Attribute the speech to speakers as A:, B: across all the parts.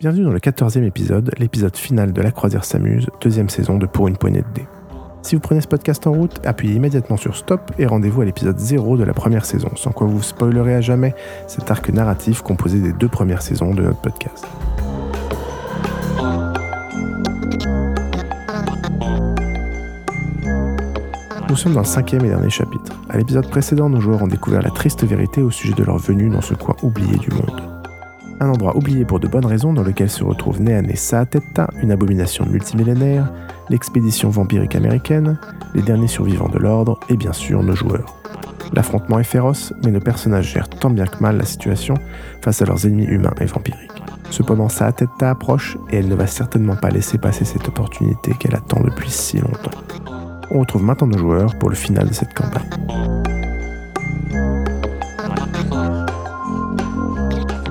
A: Bienvenue dans le 14e épisode, l'épisode final de La Croisière s'amuse, deuxième saison de Pour une poignée de dés. Si vous prenez ce podcast en route, appuyez immédiatement sur Stop et rendez-vous à l'épisode 0 de la première saison, sans quoi vous spoilerez à jamais cet arc narratif composé des deux premières saisons de notre podcast. Nous sommes dans le cinquième et dernier chapitre. À l'épisode précédent, nos joueurs ont découvert la triste vérité au sujet de leur venue dans ce coin oublié du monde. Un endroit oublié pour de bonnes raisons dans lequel se retrouvent nez à nez Saatetta, une abomination multimillénaire, l'expédition vampirique américaine, les derniers survivants de l'ordre et bien sûr nos joueurs. L'affrontement est féroce, mais nos personnages gèrent tant bien que mal la situation face à leurs ennemis humains et vampiriques. Cependant, Saatetta approche et elle ne va certainement pas laisser passer cette opportunité qu'elle attend depuis si longtemps. On retrouve maintenant nos joueurs pour le final de cette campagne.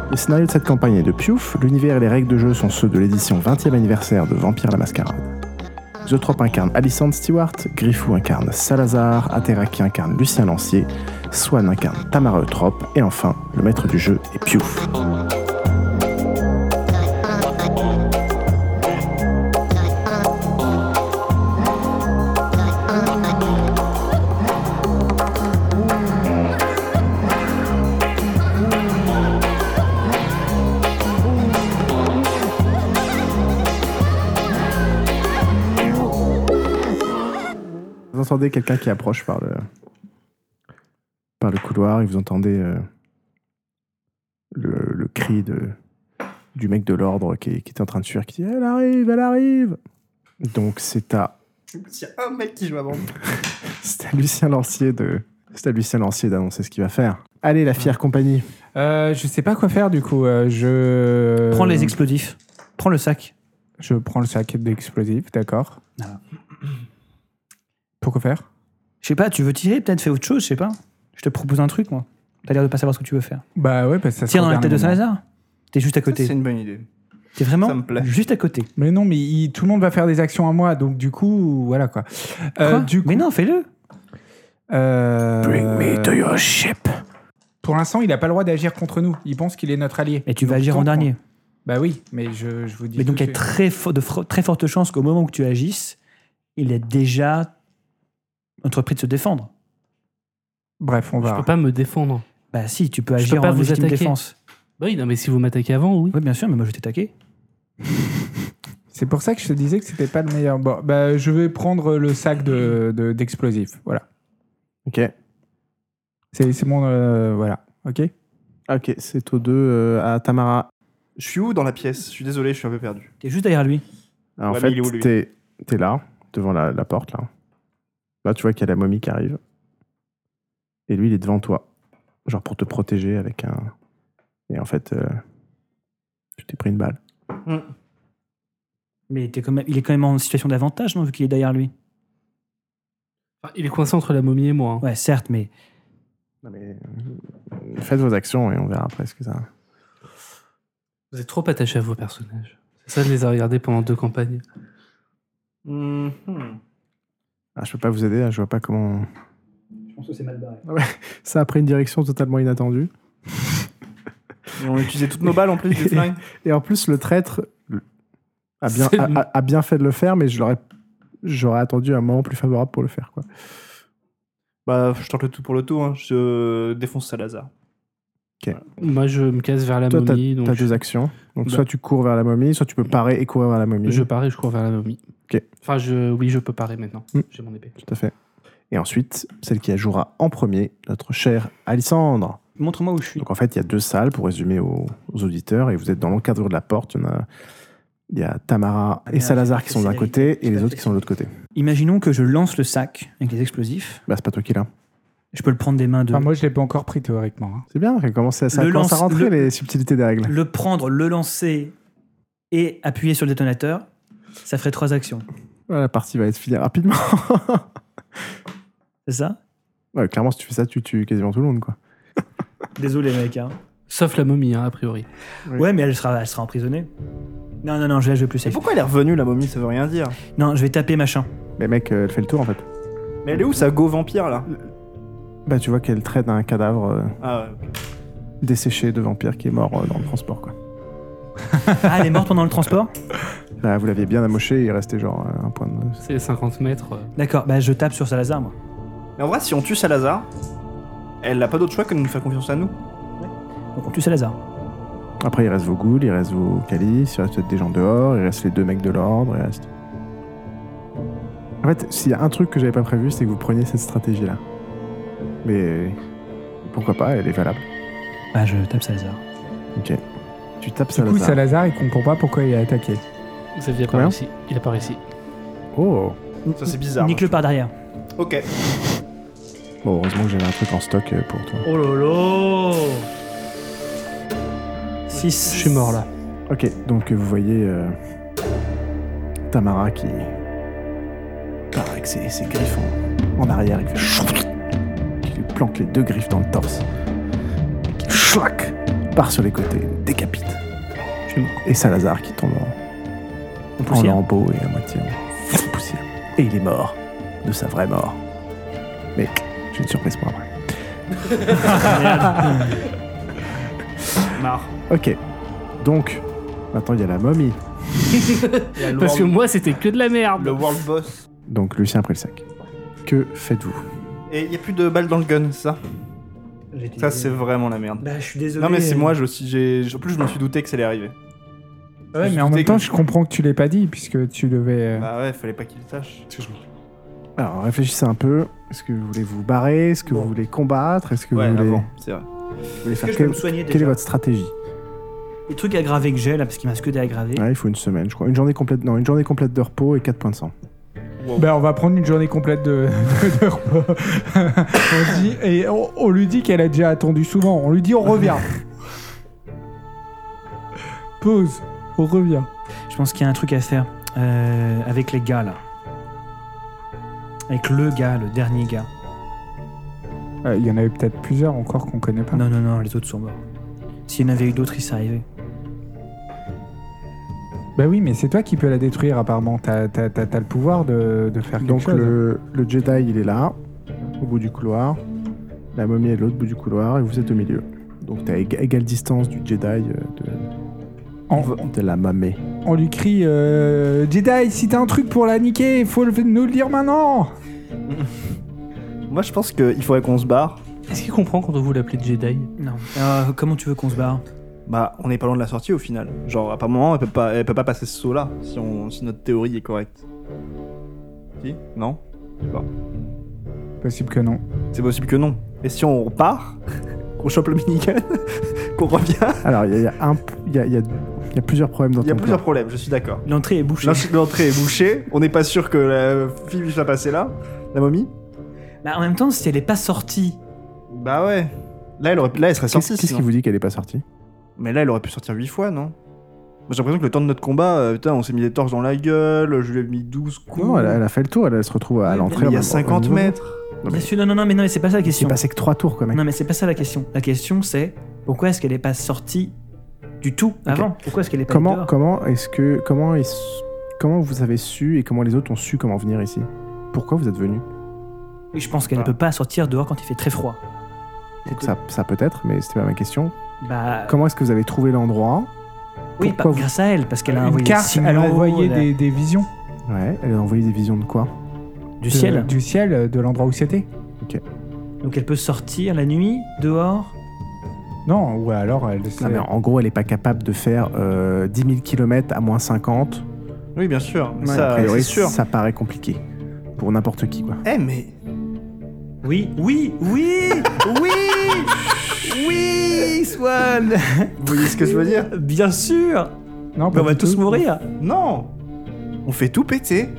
A: Le scénario de cette campagne est de Piouf, l'univers et les règles de jeu sont ceux de l'édition 20e anniversaire de Vampire la Mascarade. Zotrop incarne Alicent Stewart, Griffou incarne Salazar, Ateraki incarne Lucien Lancier, Swan incarne Tamara Eutrope, et enfin, le maître du jeu est Piouf. Vous entendez quelqu'un qui approche par le, par le couloir et vous entendez euh, le, le cri de, du mec de l'ordre qui, est- qui est en train de fuir, qui dit Elle arrive, elle arrive Donc c'est à,
B: S'il y a un mec qui joue avant nous.
A: c'est à Lucien Lancier de. C'est à Lucien Lancier d'annoncer ce qu'il va faire. Allez, la fière compagnie.
C: Euh, je sais pas quoi faire du coup. euh, je
D: Prends les explosifs. Prends le sac.
C: Euh, Je prends le sac d'explosifs, d'accord.
D: Voilà.
C: Pourquoi faire
D: Je sais pas, tu veux tirer Peut-être fais autre chose, je sais pas. Je te propose un truc, moi. T'as l'air de pas savoir ce que tu veux faire.
C: Bah ouais, parce que ça
D: Tire
C: sera
D: dans
C: au
D: la tête de
C: dernier moment.
D: Saint-Lazare. T'es juste à
B: Ça, C'est
D: côté.
B: une bonne idée.
D: T'es vraiment
B: ça me plaît.
D: juste à côté.
C: Mais non, mais il- tout le monde va faire des actions à moi, donc du coup, voilà quoi. Euh,
D: Quoi
C: du coup,
D: Mais non, fais-le.
C: euh,
A: your ship.
C: Pour l'instant, il a pas le droit d'agir contre nous. Il pense qu'il est notre allié.
D: Mais tu vas
C: Donc,
D: agir en
C: tant qu'on-
D: dernier.
C: Bah oui, mais je, je vous dis.
D: Mais
C: tout
D: donc, il y a
C: de suite.
D: très, fo- de fro- très forte chance qu'au moment où tu agisses, il ait déjà entrepris de se défendre.
C: Bref, on
E: Je
C: va.
E: peux pas me défendre.
D: Bah si, tu peux
E: Je
D: agir
E: peux pas
D: en
E: vous
D: légitime
E: attaquer.
D: défense.
E: Bah oui, non, mais si vous m'attaquez avant, oui.
D: Oui, bien sûr, mais moi je vais t'attaquer.
C: C'est pour ça que je te disais que c'était pas le meilleur. Bon, bah je vais prendre le sac de de- d'explosifs. voilà.
A: Ok.
C: C'est c'est mon euh, voilà. Ok.
A: Ok, c'est aux deux euh, à Tamara.
B: Je suis où dans la pièce Je suis désolé, je suis un peu perdu.
D: T'es juste derrière lui.
A: Alors, en
B: Ouais, mais
A: fait,
B: il est où, lui
A: t'es t'es là, devant la, la porte, là. Là, tu vois qu'il y a la momie qui arrive. Et lui, il est devant toi. Genre pour te protéger avec un... Et en fait, euh, tu t'es pris une balle.
D: Mais t'es quand même- il est quand même en situation d'avantage, non, vu qu'il est derrière lui.
E: Enfin, Il est coincé entre la momie et moi. hein.
D: Ouais, certes, mais
A: Non, mais... euh, Faites vos actions et on verra après ce que ça...
E: Vous êtes trop attaché à vos personnages. C'est ça, je les ai regardés pendant deux campagnes.
B: Mhm.
A: Ah, je peux pas vous aider, là, je vois pas comment...
D: Je pense que c'est mal barré.
A: Ça a pris une direction totalement inattendue.
B: Et on utilisait toutes nos balles en plus du flingue.
A: Et en plus, le traître a bien,
E: C'est
A: a-
E: le-
A: a- a bien fait de le faire, mais je l'aurais- j'aurais attendu un moment plus favorable pour le faire, quoi.
B: Bah, je tente le tout pour le tout. Hein. Je défonce Salazar.
E: Moi, je me casse vers la
A: Toi,
E: momie, donc
A: T'as
E: je,
A: deux actions. Donc,
E: Bah.
A: soit tu cours vers la momie, soit tu peux parer et courir vers la momie.
E: je pars et je cours vers la momie.
A: Ok.
E: Enfin, je, oui, je peux parer maintenant.
A: Mm.
E: J'ai mon épée.
A: Tout à fait. Et ensuite, celle qui jouera en premier, notre chère Alissandre.
D: Montre-moi où je suis.
A: Donc, en fait, il y a deux salles pour résumer aux, aux auditeurs. Et vous êtes dans l'encadrement de la porte. Il y, en a, il y a Tamara et
D: merde,
A: Salazar
D: j'ai
A: qui sont
D: fait
A: d'un
D: la
A: côté
D: vérité.
A: et les
D: J'ai
A: autres
D: fait
A: qui sont de l'autre côté.
D: Imaginons que je lance le sac avec les explosifs.
A: Bah, c'est pas toi qui l'as.
D: Je peux le prendre des mains de.
C: Enfin, moi, je l'ai pas encore pris théoriquement. hein.
A: C'est bien, ça commence à, ça
D: Le
A: commence à
D: lance-
A: rentrer
D: le-
A: les subtilités des règles.
D: Le prendre, le lancer et appuyer sur le détonateur, ça ferait trois actions.
A: Voilà, la partie va être finie rapidement.
D: C'est ça
A: Ouais, clairement, si tu fais ça, tu tues quasiment tout le monde. Quoi.
D: Désolé, mec. hein.
E: Sauf la momie, hein, a priori.
A: Oui.
D: Ouais, mais elle sera, elle sera emprisonnée. Non, non, non, je vais jouer plus
B: Et
D: safe.
B: pourquoi elle est revenue, la momie Ça veut rien dire.
D: Non, je vais taper machin.
A: Mais mec, euh, elle fait le tour en fait.
B: Mais elle est où, sa go vampire, là
A: Bah, tu vois qu'elle traîne un cadavre euh,
B: Ah ouais. ok.
A: desséché de vampire qui est mort euh, dans le transport. Quoi.
D: Ah, elle est morte pendant le transport
A: Bah, vous l'aviez bien amoché, il restait genre euh, un point de.
E: C'est 50 mètres. euh.
D: D'accord, bah je tape sur Salazar, moi.
B: Mais en vrai, si on tue Salazar, elle n'a pas d'autre choix que de nous faire confiance à nous.
D: Donc on tue Salazar.
A: Après, il reste vos ghouls, il reste vos calices, il reste peut-être des gens dehors, il reste les deux mecs de l'ordre, il reste. En fait, s'il y a un truc que j'avais pas prévu, c'est que vous preniez cette stratégie-là. Mais pourquoi pas, elle est valable.
D: Bah je tape Salazar.
A: Ok. Tu tapes
C: Du coup,
A: Salazar.
C: Salazar, il comprend pas pourquoi il a attaqué.
E: Xavier
A: Combien
E: part ici. Il apparaît ici.
A: Oh
B: Ça, c'est bizarre.
D: Nique-le par derrière.
B: Ok.
A: Bon, heureusement que j'avais un truc en stock euh, pour toi.
E: Oh là là
D: 6.
E: Je suis mort là.
A: Ok, donc euh, vous voyez euh, Tamara qui part avec ses, ses griffes en, en arrière et qui, fait qui lui planque les deux griffes dans le torse. Qui schlac, part sur les côtés, décapite. Et Salazar qui tombe en-
D: En
A: en
B: Oh
D: poussière.
A: lambeaux et à moitié en poussière. Et il est mort, de sa vraie mort. Mais j'ai une surprise pour après.
B: Marre.
A: Ok, donc maintenant il y a la momie.
B: Il y a le
E: Parce que
B: world-
E: moi, c'était que de la merde.
B: le world boss.
A: Donc Lucien a pris le sac. Que faites-vous
B: Et il n'y a plus de balles dans le gun, c'est ça
D: J'étais-
B: Ça, c'est vraiment la merde.
D: Bah je suis désolé.
B: Non, mais c'est moi, je, si j'ai... en plus, je m'en suis douté que ça allait arriver.
C: Ouais,
B: Je
C: mais en
B: doutais
C: même temps,
B: que-
C: je comprends que tu l'aies pas dit, puisque tu devais. euh,
B: Bah ouais, fallait pas qu'il le sache.
A: Alors réfléchissez un peu. Est-ce que vous voulez vous barrer Est-ce que vous voulez combattre Est-ce que
B: Ouais,
A: vous, voulez,
B: avant, c'est vrai.
A: vous voulez
D: Est-ce
A: faire
D: que je peux
A: quelle,
D: me soigner
A: quelle est
D: déjà
A: votre stratégie
D: Les trucs aggravés que j'ai là, parce qu'il m'a que des aggravés.
A: Ouais, Il faut une semaine, je crois. Une journée complète. Non, une journée complète de repos et 4 points de sang.
B: Wow.
C: Ben, on va prendre une journée complète de, de repos. on dit, et on, on lui dit qu'elle a déjà attendu souvent. On lui dit on revient. Pause. On revient.
D: Je pense qu'il y a un truc à faire euh, avec les gars là. Avec le gars, le dernier gars.
C: Euh, Il y en avait peut-être plusieurs encore qu'on connaît pas.
D: Non, non, non, les autres sont morts. S'il y en avait eu d'autres, ils seraient arrivés.
C: Bah oui, mais c'est toi qui peux la détruire apparemment. T'as t'as- t'as- t'as le pouvoir de, de faire quelque
A: Donc
C: chose.
A: le, le Jedi, il est là, au bout du couloir. La momie est de l'autre bout du couloir et vous êtes au milieu. Donc t'as ég- égale distance du Jedi euh, de,
C: On,
A: de la mamée.
C: on lui crie euh, Jedi, si t'as un truc pour la niquer, faut le- nous le dire maintenant.
B: Moi, je pense qu'il faudrait qu'on se barre.
E: Est-ce qu'il comprend quand vous l'appelez Jedi
D: Non. Euh, comment tu veux qu'on se barre
B: Bah, on est pas loin de la sortie au final. Genre, à par moment, elle peut pas, elle peut pas passer ce saut-là si, on- si notre théorie est correcte. Si Non
C: Possible que non.
B: C'est possible que non. Et si on repart, qu'on chope le minigun, qu'on revient,
A: Alors il y a, il y a un p- il y a- il y a- il y a plusieurs problèmes dans
B: il y a
A: ton
B: plusieurs
A: plan.
B: problèmes, je suis d'accord.
D: L'entrée est bouchée.
B: L'entrée- L'entrée est bouchée, on n'est pas sûr que la fille va passer là, la momie.
D: Bah, en même temps, si elle est pas sortie,
B: Bah ouais. Là, elle, aurait, pu- là, elle serait
A: Qu'est-ce
B: sortie.
A: qu'est-ce
B: sinon.
A: qui vous dit qu'elle est pas sortie
B: Mais là, elle aurait pu sortir 8 fois, non Moi, J'ai l'impression que le temps de notre combat, euh, putain, on s'est mis des torches dans la gueule, je lui ai mis 12 coups.
A: Non, elle, elle a fait le tour, elle, elle se retrouve à
D: Oui,
A: l'entrée.
B: Mais il
A: au-
B: y a
A: au
B: 50
A: niveau.
B: mètres.
A: Non,
D: bien
A: mais
D: sûr, non, non, non, mais non, mais c'est pas ça la
A: Il s'est
D: question.
A: passé que 3 tours, quand même.
D: Non, mais c'est pas ça la question. La question, c'est pourquoi est-ce qu'elle est pas sortie du tout avant Pourquoi est-ce qu'elle est pas
A: Comment,
D: dehors
A: comment est-ce que comment est comment vous avez su et comment les autres ont su comment venir ici Pourquoi vous êtes venus
D: Et Je pense qu'elle ne
B: Voilà.
D: peut pas sortir dehors quand il fait très froid.
A: Donc ça, ça peut-être, mais c'était pas ma question.
D: Bah,
A: Comment est-ce que vous avez trouvé l'endroit
D: oui,
A: pourquoi
D: pas
A: vous-
D: grâce à elle, parce qu'elle a
C: Une
D: envoyé des
C: carte,
D: signaux, euh,
C: elle a envoyé
D: la-
C: des, des visions
A: Ouais, elle a envoyé des visions de quoi
D: du
C: de-
D: ciel.
C: du ciel, euh, de l'endroit où c'était.
D: Donc elle peut sortir la nuit dehors.
C: Non, ou alors elle.
A: Non, Ah, mais Euh, en gros, elle est pas capable de faire euh, 10 000 km à moins 50.
B: Oui, bien sûr. mais
A: a
B: ça, c'est
A: priori,
B: sûr.
A: ça paraît compliqué pour n'importe qui, quoi.
B: Eh, mais.
D: Oui, oui, oui, oui, oui, Swan.
B: Vous voyez ce que je veux dire
D: Bien sûr.
C: Non,
D: Mais
C: pas
D: on va
C: du
D: tous
C: tout.
D: mourir.
B: Non On fait tout péter.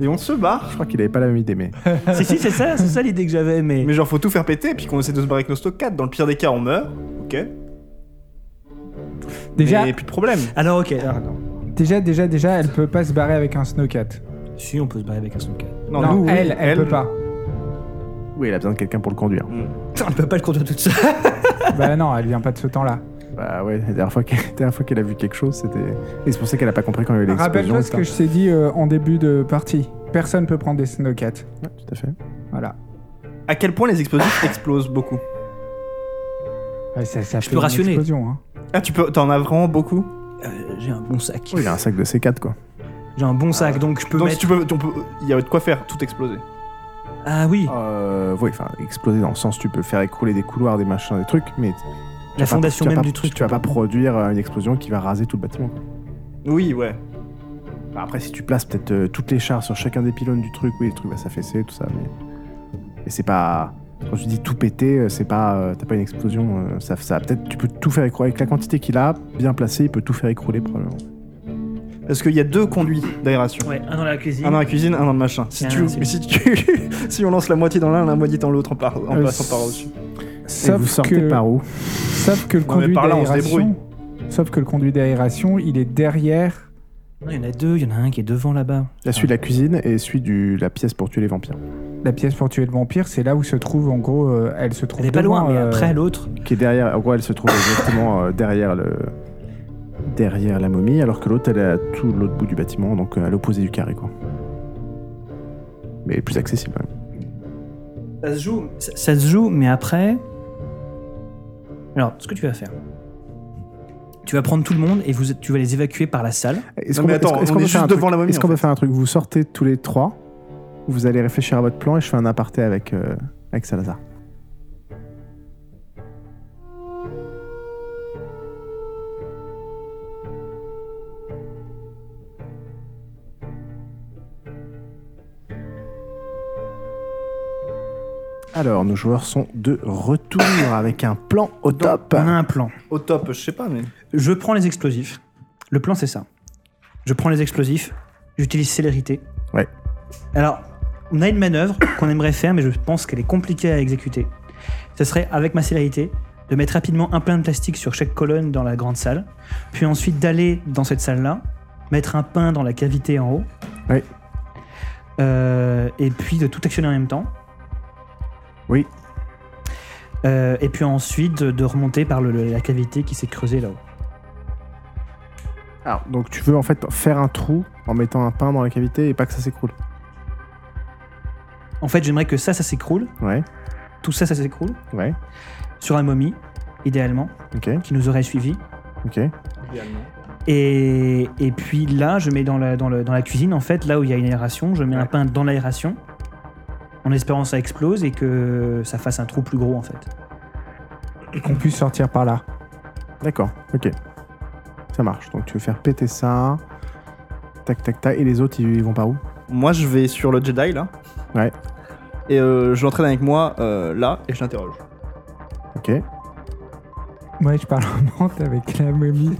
B: Et on se barre.
A: Je crois qu'il avait pas la même idée, mais
D: si, si, c'est ça, c'est ça l'idée que j'avais, mais...
B: Mais genre, faut tout faire péter, puis qu'on essaie de se barrer avec nos stock 4. Dans le pire des cas, on meurt. Ok.
C: Déjà, Ah,
B: Mais plus de problème.
D: Alors, ok. alors,
C: déjà, déjà, déjà, elle peut pas se barrer avec un snowcat.
D: Si, on peut se barrer avec un snowcat.
B: Non,
C: Non,
B: nous, oui,
C: elle, elle, peut pas.
A: oui, elle a besoin de quelqu'un pour le conduire.
D: Putain, on ne peut pas le conduire toute seule.
C: bah non, elle vient pas de ce temps-là.
A: Bah ouais, la dernière fois qu'elle la dernière fois qu'elle a vu quelque chose, c'était. Et c'est pour ça qu'elle a pas compris quand il y a eu l'explosion.
C: Rappelle-toi ce
A: etc.
C: que je t'ai dit euh, en début de partie. Personne peut prendre des snowcats.
A: Ouais, tout à fait.
C: Voilà. Ah.
B: À quel point les explosifs explosent beaucoup
C: Ouais, ça, ça
D: Je
C: fait
D: peux
C: une
D: rationner.
C: explosion, hein.
B: Ah, tu peux, t'en as vraiment beaucoup
D: Euh, j'ai un bon sac.
A: Oui, il a un sac de C4, quoi.
D: J'ai un bon sac, donc je peux
B: Donc si
D: mettre.
B: tu peux, tu peux- il y a de quoi faire, tout exploser.
D: Ah oui,
A: Euh, oui, enfin, exploser dans le sens, tu peux faire écrouler des couloirs, des machins, des trucs, mais. tu
D: la
A: vas pas-
D: fondation
A: tu vas
D: même
A: pas-
D: du truc.
A: Tu vas pas produire euh, une explosion qui va raser tout le bâtiment. quoi.
B: Oui, ouais.
A: Enfin, Bah, après, si tu places peut-être euh, toutes les chars sur chacun des pylônes du truc, oui, le truc va s'affaisser, tout ça, mais. Et c'est pas. Quand tu dis tout péter, euh, c'est pas. euh, T'as pas une explosion, euh, ça, ça peut-être. Tu peux tout faire écrouler. Avec la quantité qu'il a, bien placé, il peut tout faire écrouler, probablement.
B: Parce qu'il y a deux conduits d'aération.
D: Ouais, un dans la cuisine.
B: Un dans la cuisine, un dans le machin. Si,
D: Ah,
B: tu,
D: c'est-
B: si, tu- si on lance la moitié dans l'un, la moitié dans l'autre en, par- en
A: Euh,
B: passant par au-dessus.
A: Et vous
C: Sauf
A: sortez
C: que,
A: par où
C: sauf que le
B: Non, mais
C: conduit
B: par là, on se débrouille.
C: d'aération. Sauf que le conduit d'aération, il est derrière.
D: Non, il y en a deux, il y en a un qui est devant là-bas.
A: La celui de la
C: Ah.
A: cuisine et celui de la pièce pour tuer les vampires,
C: La pièce pour tuer le vampire, c'est là où se trouve, en gros, euh, elle se trouve.
D: Elle est pas
C: devant,
D: loin, mais
C: euh,
D: après l'autre.
A: qui est derrière. En gros, elle se trouve exactement euh, derrière le derrière la momie, alors que l'autre, elle est à tout l'autre bout du bâtiment, donc euh, à l'opposé du carré, quoi. Mais plus accessible. hein. quand même.
D: Ça se joue. Ça, ça se joue, mais après. Alors, ce que tu vas faire. Tu vas prendre tout le monde et vous, êtes- tu vas les évacuer par la salle.
A: Est-ce
B: Non, mais
A: peut-
B: attends,
A: est-ce
B: on
A: qu'on
B: est
A: peut faire
B: juste
A: un truc-
B: devant la momie,
A: Est-ce
B: en
A: qu'on peut
B: fait.
A: faire un truc Vous sortez tous les trois, vous allez réfléchir à votre plan et je fais un aparté avec euh, avec Salazar. Alors, nos joueurs sont de retour avec un plan au top.
D: On a un plan.
B: Au top, je sais pas, mais.
D: Je prends les explosifs. Le plan, c'est ça. Je prends les explosifs, j'utilise célérité.
A: Ouais.
D: Alors, on a une manœuvre qu'on aimerait faire, mais je pense qu'elle est compliquée à exécuter. Ce serait, avec ma célérité, de mettre rapidement un pain de plastique sur chaque colonne dans la grande salle, puis ensuite d'aller dans cette salle-là, mettre un pain dans la cavité en haut.
A: Ouais.
D: Euh, et puis de tout actionner en même temps.
A: Oui.
D: Euh, et puis ensuite de remonter par le- le- la cavité qui s'est creusée là-haut.
A: Alors, donc tu veux en fait faire un trou en mettant un pain dans la cavité et pas que ça s'écroule.
D: En fait, j'aimerais que ça, ça s'écroule.
A: Ouais,
D: Tout ça, ça s'écroule.
A: ouais,
D: Sur un momie, idéalement,
A: ok,
D: qui nous aurait suivi.
A: ok.
D: Et, et puis là, je mets dans la, dans, le- dans la cuisine, en fait, là où il y a une aération, je mets un pain dans l'aération, en espérant que ça explose et que ça fasse un trou plus gros, en fait.
C: Et qu'on puisse sortir par là.
A: D'accord, ok. Ça marche. Donc tu veux faire péter ça. Tac, tac, tac. Et les autres, ils vont par où
B: Moi, je vais sur le Jedi là.
A: Ouais.
B: Et euh, je l'entraîne avec moi euh, là et je l'interroge.
A: Ok.
C: Moi, je parle en menthe avec la momie.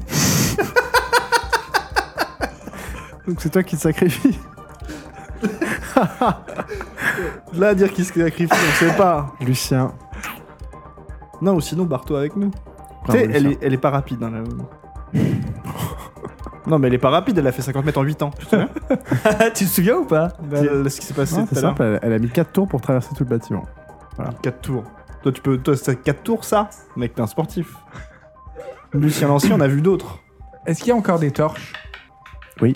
A: Donc c'est toi qui te sacrifies.
B: Là, à dire qu'il se sacrifie, on sait pas.
A: Lucien.
B: Non, ou sinon, barre-toi avec nous. Tu
A: Bravo,
B: sais, elle
A: Lucien.
B: est, elle est pas rapide. hein, la momie. non, mais elle est pas rapide, elle a fait 50 mètres en 8 ans. Tu te souviens
D: tu te souviens ou pas
B: de ce qui s'est passé
A: Non,
B: tout
A: c'est
B: à l'heure
A: simple, elle, elle a mis 4 tours pour traverser tout le bâtiment.
B: 4 Ah, tours. Toi, tu peux. Toi, c'est 4 tours ça Mec, t'es un sportif. Lucien Lancy, on a vu d'autres.
C: Est-ce qu'il y a encore des torches
A: Oui.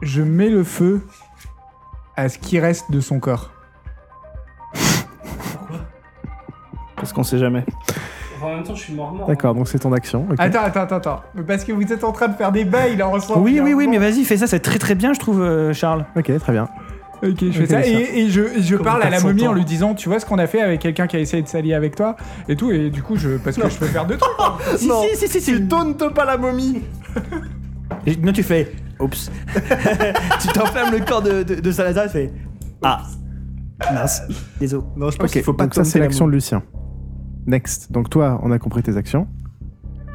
C: Je mets le feu à ce qui reste de son corps.
B: Parce qu'on sait jamais.
E: en même temps, je suis hein. mort mort.
A: D'accord, donc c'est ton action. ok.
C: Attends, attends, attends, attends. Mais Parce que vous êtes en train de faire des bails, là, en ce moment.
D: Oui, oui, oui, mais vas-y, fais ça, c'est très très bien, je trouve, euh, Charles.
A: Ok, très bien.
C: Ok, je fais
A: Ok,
C: ça.
A: ça.
C: Et, et je, et je
D: Comme
C: parle à la
D: 400
C: momie en
D: ans.
C: lui disant Tu vois ce qu'on a fait avec quelqu'un qui a essayé de s'allier avec toi Et tout. Et du coup, je, parce que je peux faire deux trucs.
D: Si,
B: Non.
D: si, si, si, si.
B: Tu tauntes pas la momie
D: Et- Non, tu fais. Oups. tu t'enflammes le corps de, de, de Salazar, tu fais. Ah. Mince. Désolé.
B: Non, je pense
A: Ok,
B: qu'il faut pas
A: donc ça
B: taunter
A: c'est
B: la
A: l'action de Lucien. Next. Donc toi, on a compris tes actions.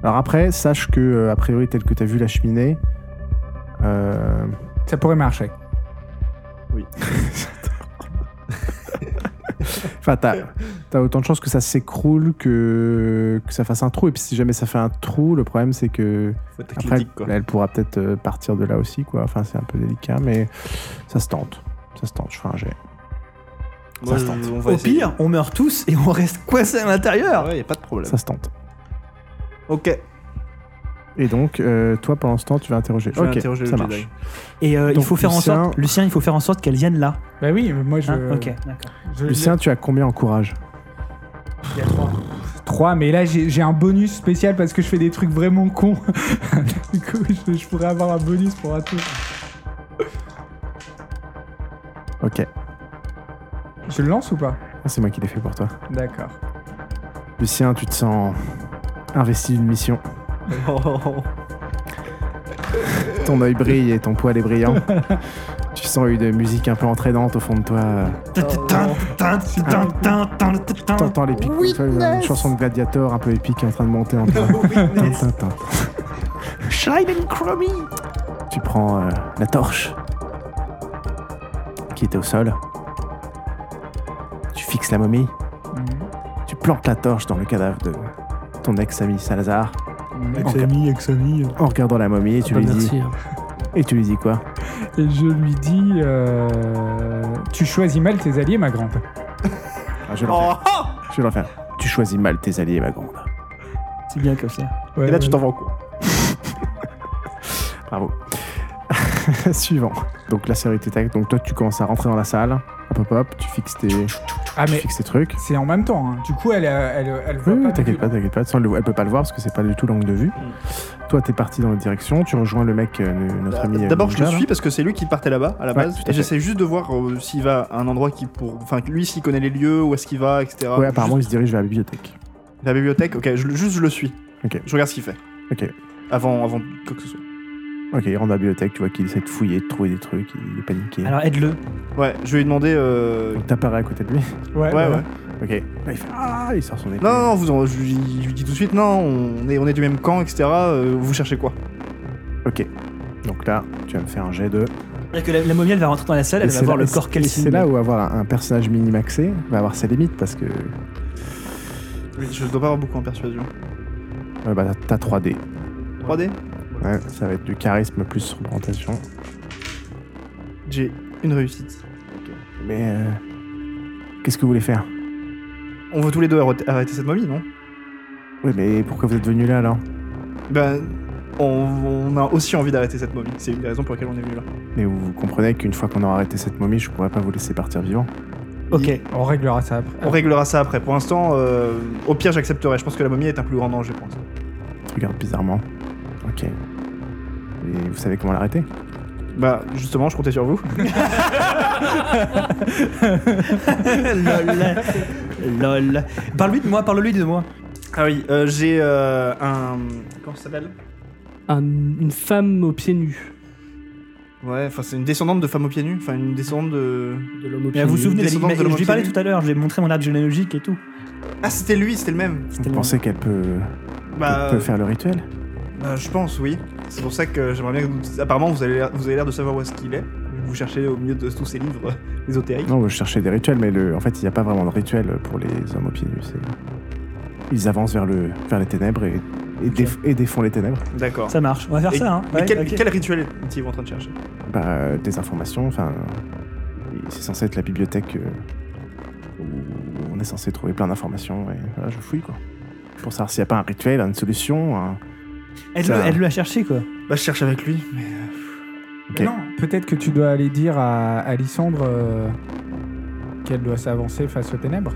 A: Alors après, sache que, euh, a priori, tel que t'as vu la cheminée, euh,
C: Ça pourrait marcher.
A: Enfin, t'as, t'as autant de chances que ça s'écroule que, que ça fasse un trou. Et puis si jamais ça fait un trou, le problème c'est que
B: Faut être
A: après,
B: critique, quoi.
A: elle pourra peut-être euh, partir de là aussi. Quoi. Enfin, c'est un peu délicat, mais ça se tente. Ça se tente, je ferai un jet.
B: Moi,
A: se
B: je-
A: tente.
B: on va
D: Au
B: essayer.
D: pire, on meurt tous et on reste coincé à l'intérieur.
B: Ouais, y a pas de problème.
A: Ça se tente.
B: Ok.
A: Et donc, euh, toi, pendant ce temps, tu vas interroger.
B: Je vais
A: ok,
B: interroger le
A: ça
B: Jedi.
A: marche.
D: Et euh, il
A: Donc,
D: faut faire en
A: Lucien-
D: sorte, Lucien, il faut faire en sorte qu'elle vienne là.
C: Bah oui, mais moi, je.
D: Hein ok, d'accord.
C: je-
A: Lucien, tu as combien en courage
C: il y a trois. 3, mais là j'ai j'ai un bonus spécial parce que je fais des trucs vraiment cons. du coup, je, je pourrais avoir un bonus pour un truc.
A: Ok,
C: Je le lance ou pas
A: Ah, c'est moi qui l'ai fait pour toi.
C: D'accord.
A: Lucien, tu te sens investi d'une mission. Ton œil brille et ton poil est brillant. tu sens une musique un peu entraînante au fond de toi. T'entends les pics. tu vois, Une chanson de Gladiator un peu épique qui est en train de monter en toi. Tin, tin, tin. Tu prends euh, la torche qui était au sol. Tu fixes la momie.
C: Mm,
A: Tu plantes la torche dans le cadavre de ton ex-ami Salazar.
C: mm.
B: Ex-ami, ex-ami.
A: En regardant la momie, et tu
C: Ah,
E: Bah,
A: lui dis.
E: merci. hein.
A: Et tu lui dis quoi
C: Et je lui dis euh, Tu choisis mal tes alliés, ma grande.
A: Ah, Je vais le
B: Oh,
A: refaire. Je vais le refaire. Tu choisis mal tes alliés, ma grande.
D: C'est bien comme ça.
C: Ouais,
B: et là, tu
C: ouais.
B: t'en vas en cours.
A: Bravo. Suivant. Donc la série t'attaque. Donc toi, tu commences à rentrer dans la salle. Hop, hop, hop. Tu fixes tes, tu
C: Ah, mais
A: fixes tes trucs.
C: c'est en même temps. hein. Du coup, elle, euh, elle, elle, voit
A: Oui, oui,
C: pas.
A: t'inquiète pas, t'inquiète pas. Sans le- Elle peut pas le voir parce que c'est pas du tout l'angle de vue.
C: Hmm.
A: Toi, t'es parti dans la direction. Tu rejoins le mec, euh, le- notre ami. euh,
B: Bah, D'abord, je le
A: Ninja, là.
B: suis parce que c'est lui qui partait là-bas à la
A: Ouais,
B: base.
A: tout à
B: et
A: fait.
B: j'essaie juste de voir euh, s'il va à un endroit qui pour. Enfin, lui, s'il connaît les lieux, où est-ce qu'il va, etc.
A: Ouais, apparemment, il se dirige vers la bibliothèque.
B: Juste la bibliothèque, ok, je, le- juste je le suis.
A: Ok.
B: Je regarde ce qu'il fait.
A: Ok.
B: Avant, avant quoi que ce soit.
A: Ok, il rentre dans la bibliothèque. Tu vois qu'il essaie de fouiller, de trouver des trucs. Il est paniqué.
D: Alors aide-le.
B: Ouais, je vais lui demander. euh,
A: Donc t'apparais à côté de lui.
B: Ouais,
C: Ouais, ouais.
B: ouais.
A: Ok. Là, il fait Ah, il sort son épée.
B: Non, non, non, vous en- je, lui, je lui dis tout de suite, non, on est, on est du même camp, etc. euh, vous cherchez quoi
A: Ok. Donc là, tu vas me faire un jet de.
D: C'est-à-dire que la, la momie, elle va rentrer dans la salle,
A: Et
D: elle
A: c'est
D: va voir
A: là-
D: le
A: et
D: corps
A: c'est-
D: qu'elle
A: et
D: signe.
A: C'est là où avoir un un personnage minimaxé va avoir ses limites parce que
B: Je dois pas avoir beaucoup en persuasion.
A: euh, bah, t'as 3D.
B: 3D
A: Ouais, ça va être du charisme plus représentation.
B: J'ai une réussite.
A: Mais euh, qu'est-ce que vous voulez faire
B: On veut tous les deux arrêter arrêter cette momie, non
A: Oui, mais pourquoi vous êtes venu là alors
B: Ben, on, on a aussi envie d'arrêter cette momie. C'est une des raisons pour laquelle on est venu là.
A: Mais vous comprenez qu'une fois qu'on aura arrêté cette momie, je pourrais pas vous laisser partir vivant.
D: Ok.
C: On réglera ça après.
B: On réglera ça après. Pour l'instant, euh, au pire, j'accepterai. Je pense que la momie est un plus grand danger, je pense.
A: Tu regardes bizarrement. Ok. Et vous savez comment l'arrêter
B: Bah, justement, je comptais sur vous.
D: Lol. Lol. Parle-lui de moi, parle-lui de moi.
B: Ah oui, euh, j'ai euh, un. Comment ça s'appelle
E: Un- une femme aux pieds nus.
B: Ouais, enfin, c'est une descendante de femme aux pieds nus. Enfin, une descendante de.
E: De l'homme aux
D: Mais
E: pieds
D: vous vous
E: nus.
D: souvenez de la ligne
B: descendance de
D: Je lui
B: l'homme
D: parlais
B: qui-
D: tout à l'heure, je lui ai montré mon arbre généalogique et tout.
B: Ah, c'était lui, c'était le même.
A: Vous pensez qu'elle peut,
B: Bah,
A: peut faire le rituel
B: euh, je pense, oui. C'est pour ça que j'aimerais bien que vous... Apparemment, vous avez l'air- vous avez l'air de savoir où est-ce qu'il est. Vous cherchez au milieu de tous ces livres euh, ésotériques.
A: Non, je cherchais des rituels, mais le... en fait, il n'y a pas vraiment de rituel pour les hommes aux pieds nus. c'est- Ils avancent vers, le... vers les ténèbres et, et, déf- et défont les ténèbres.
B: D'accord.
D: Ça marche, on va faire
B: Et-
D: ça. Hein.
B: Mais
D: Ouais,
B: quel,
D: ok.
B: quel rituel est-il en train de chercher
A: Bah, euh, des informations, enfin... C'est censé être la bibliothèque euh, où on est censé trouver plein d'informations, et voilà, je fouille, quoi. Pour savoir s'il n'y a pas un rituel, une solution, un-
D: Aide-le
A: Ça-
D: aide-le à chercher quoi.
B: Bah, je cherche avec lui.
A: Ok.
C: Mais Euh, Non, peut-être que tu dois aller dire à, à Lysandre euh, qu'elle doit s'avancer face aux ténèbres.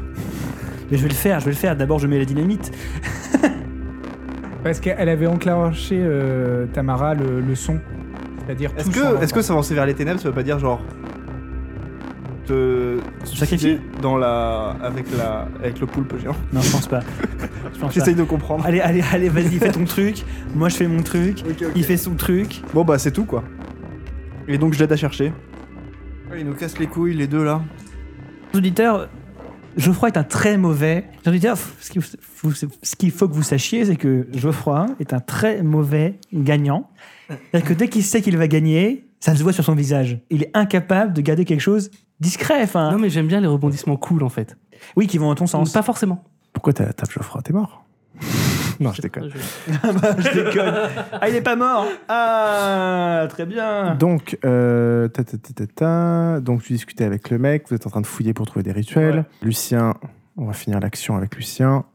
D: Mais je vais le faire, je vais le faire. D'abord, je mets la dynamite.
C: Parce qu'elle avait enclenché euh, Tamara le, le son. C'est-à-dire
B: Est-ce
C: tous en
B: que,
C: même
B: est-ce que
C: temps.
B: s'avancer vers les ténèbres, ça veut pas dire genre te
D: Sacrifier
B: suicider dans la avec la avec le poulpe géant
D: Non, je pense pas. Je pense pas.
B: J'essaye de comprendre.
D: Allez, allez, allez, vas-y, fais ton truc. Moi, je fais mon truc. Il fait son truc.
B: Bon bah c'est tout quoi. Et donc je l'aide à chercher. Il nous casse les couilles les deux là.
D: Les auditeurs, Geoffroy est un très mauvais. Les auditeurs, ce qu'il faut, ce qu'il faut que vous sachiez, c'est que Geoffroy est un très mauvais gagnant. C'est-à-dire que dès qu'il sait qu'il va gagner, ça se voit sur son visage. Il est incapable de garder quelque chose discret. Enfin,
E: Non, mais j'aime bien les rebondissements cool en fait.
D: oui, qui vont dans ton sens.
E: Pas forcément.
A: Pourquoi t'as la table Geoffroy T'es mort Non, je déconne.
D: Je déconne. Ah, il est pas mort. Ah, très bien.
A: Donc, euh, ta, ta, ta, ta, ta. donc tu discutais avec le mec, vous êtes en train de fouiller pour trouver des rituels.
B: Ouais.
A: Lucien, on va finir l'action avec Lucien.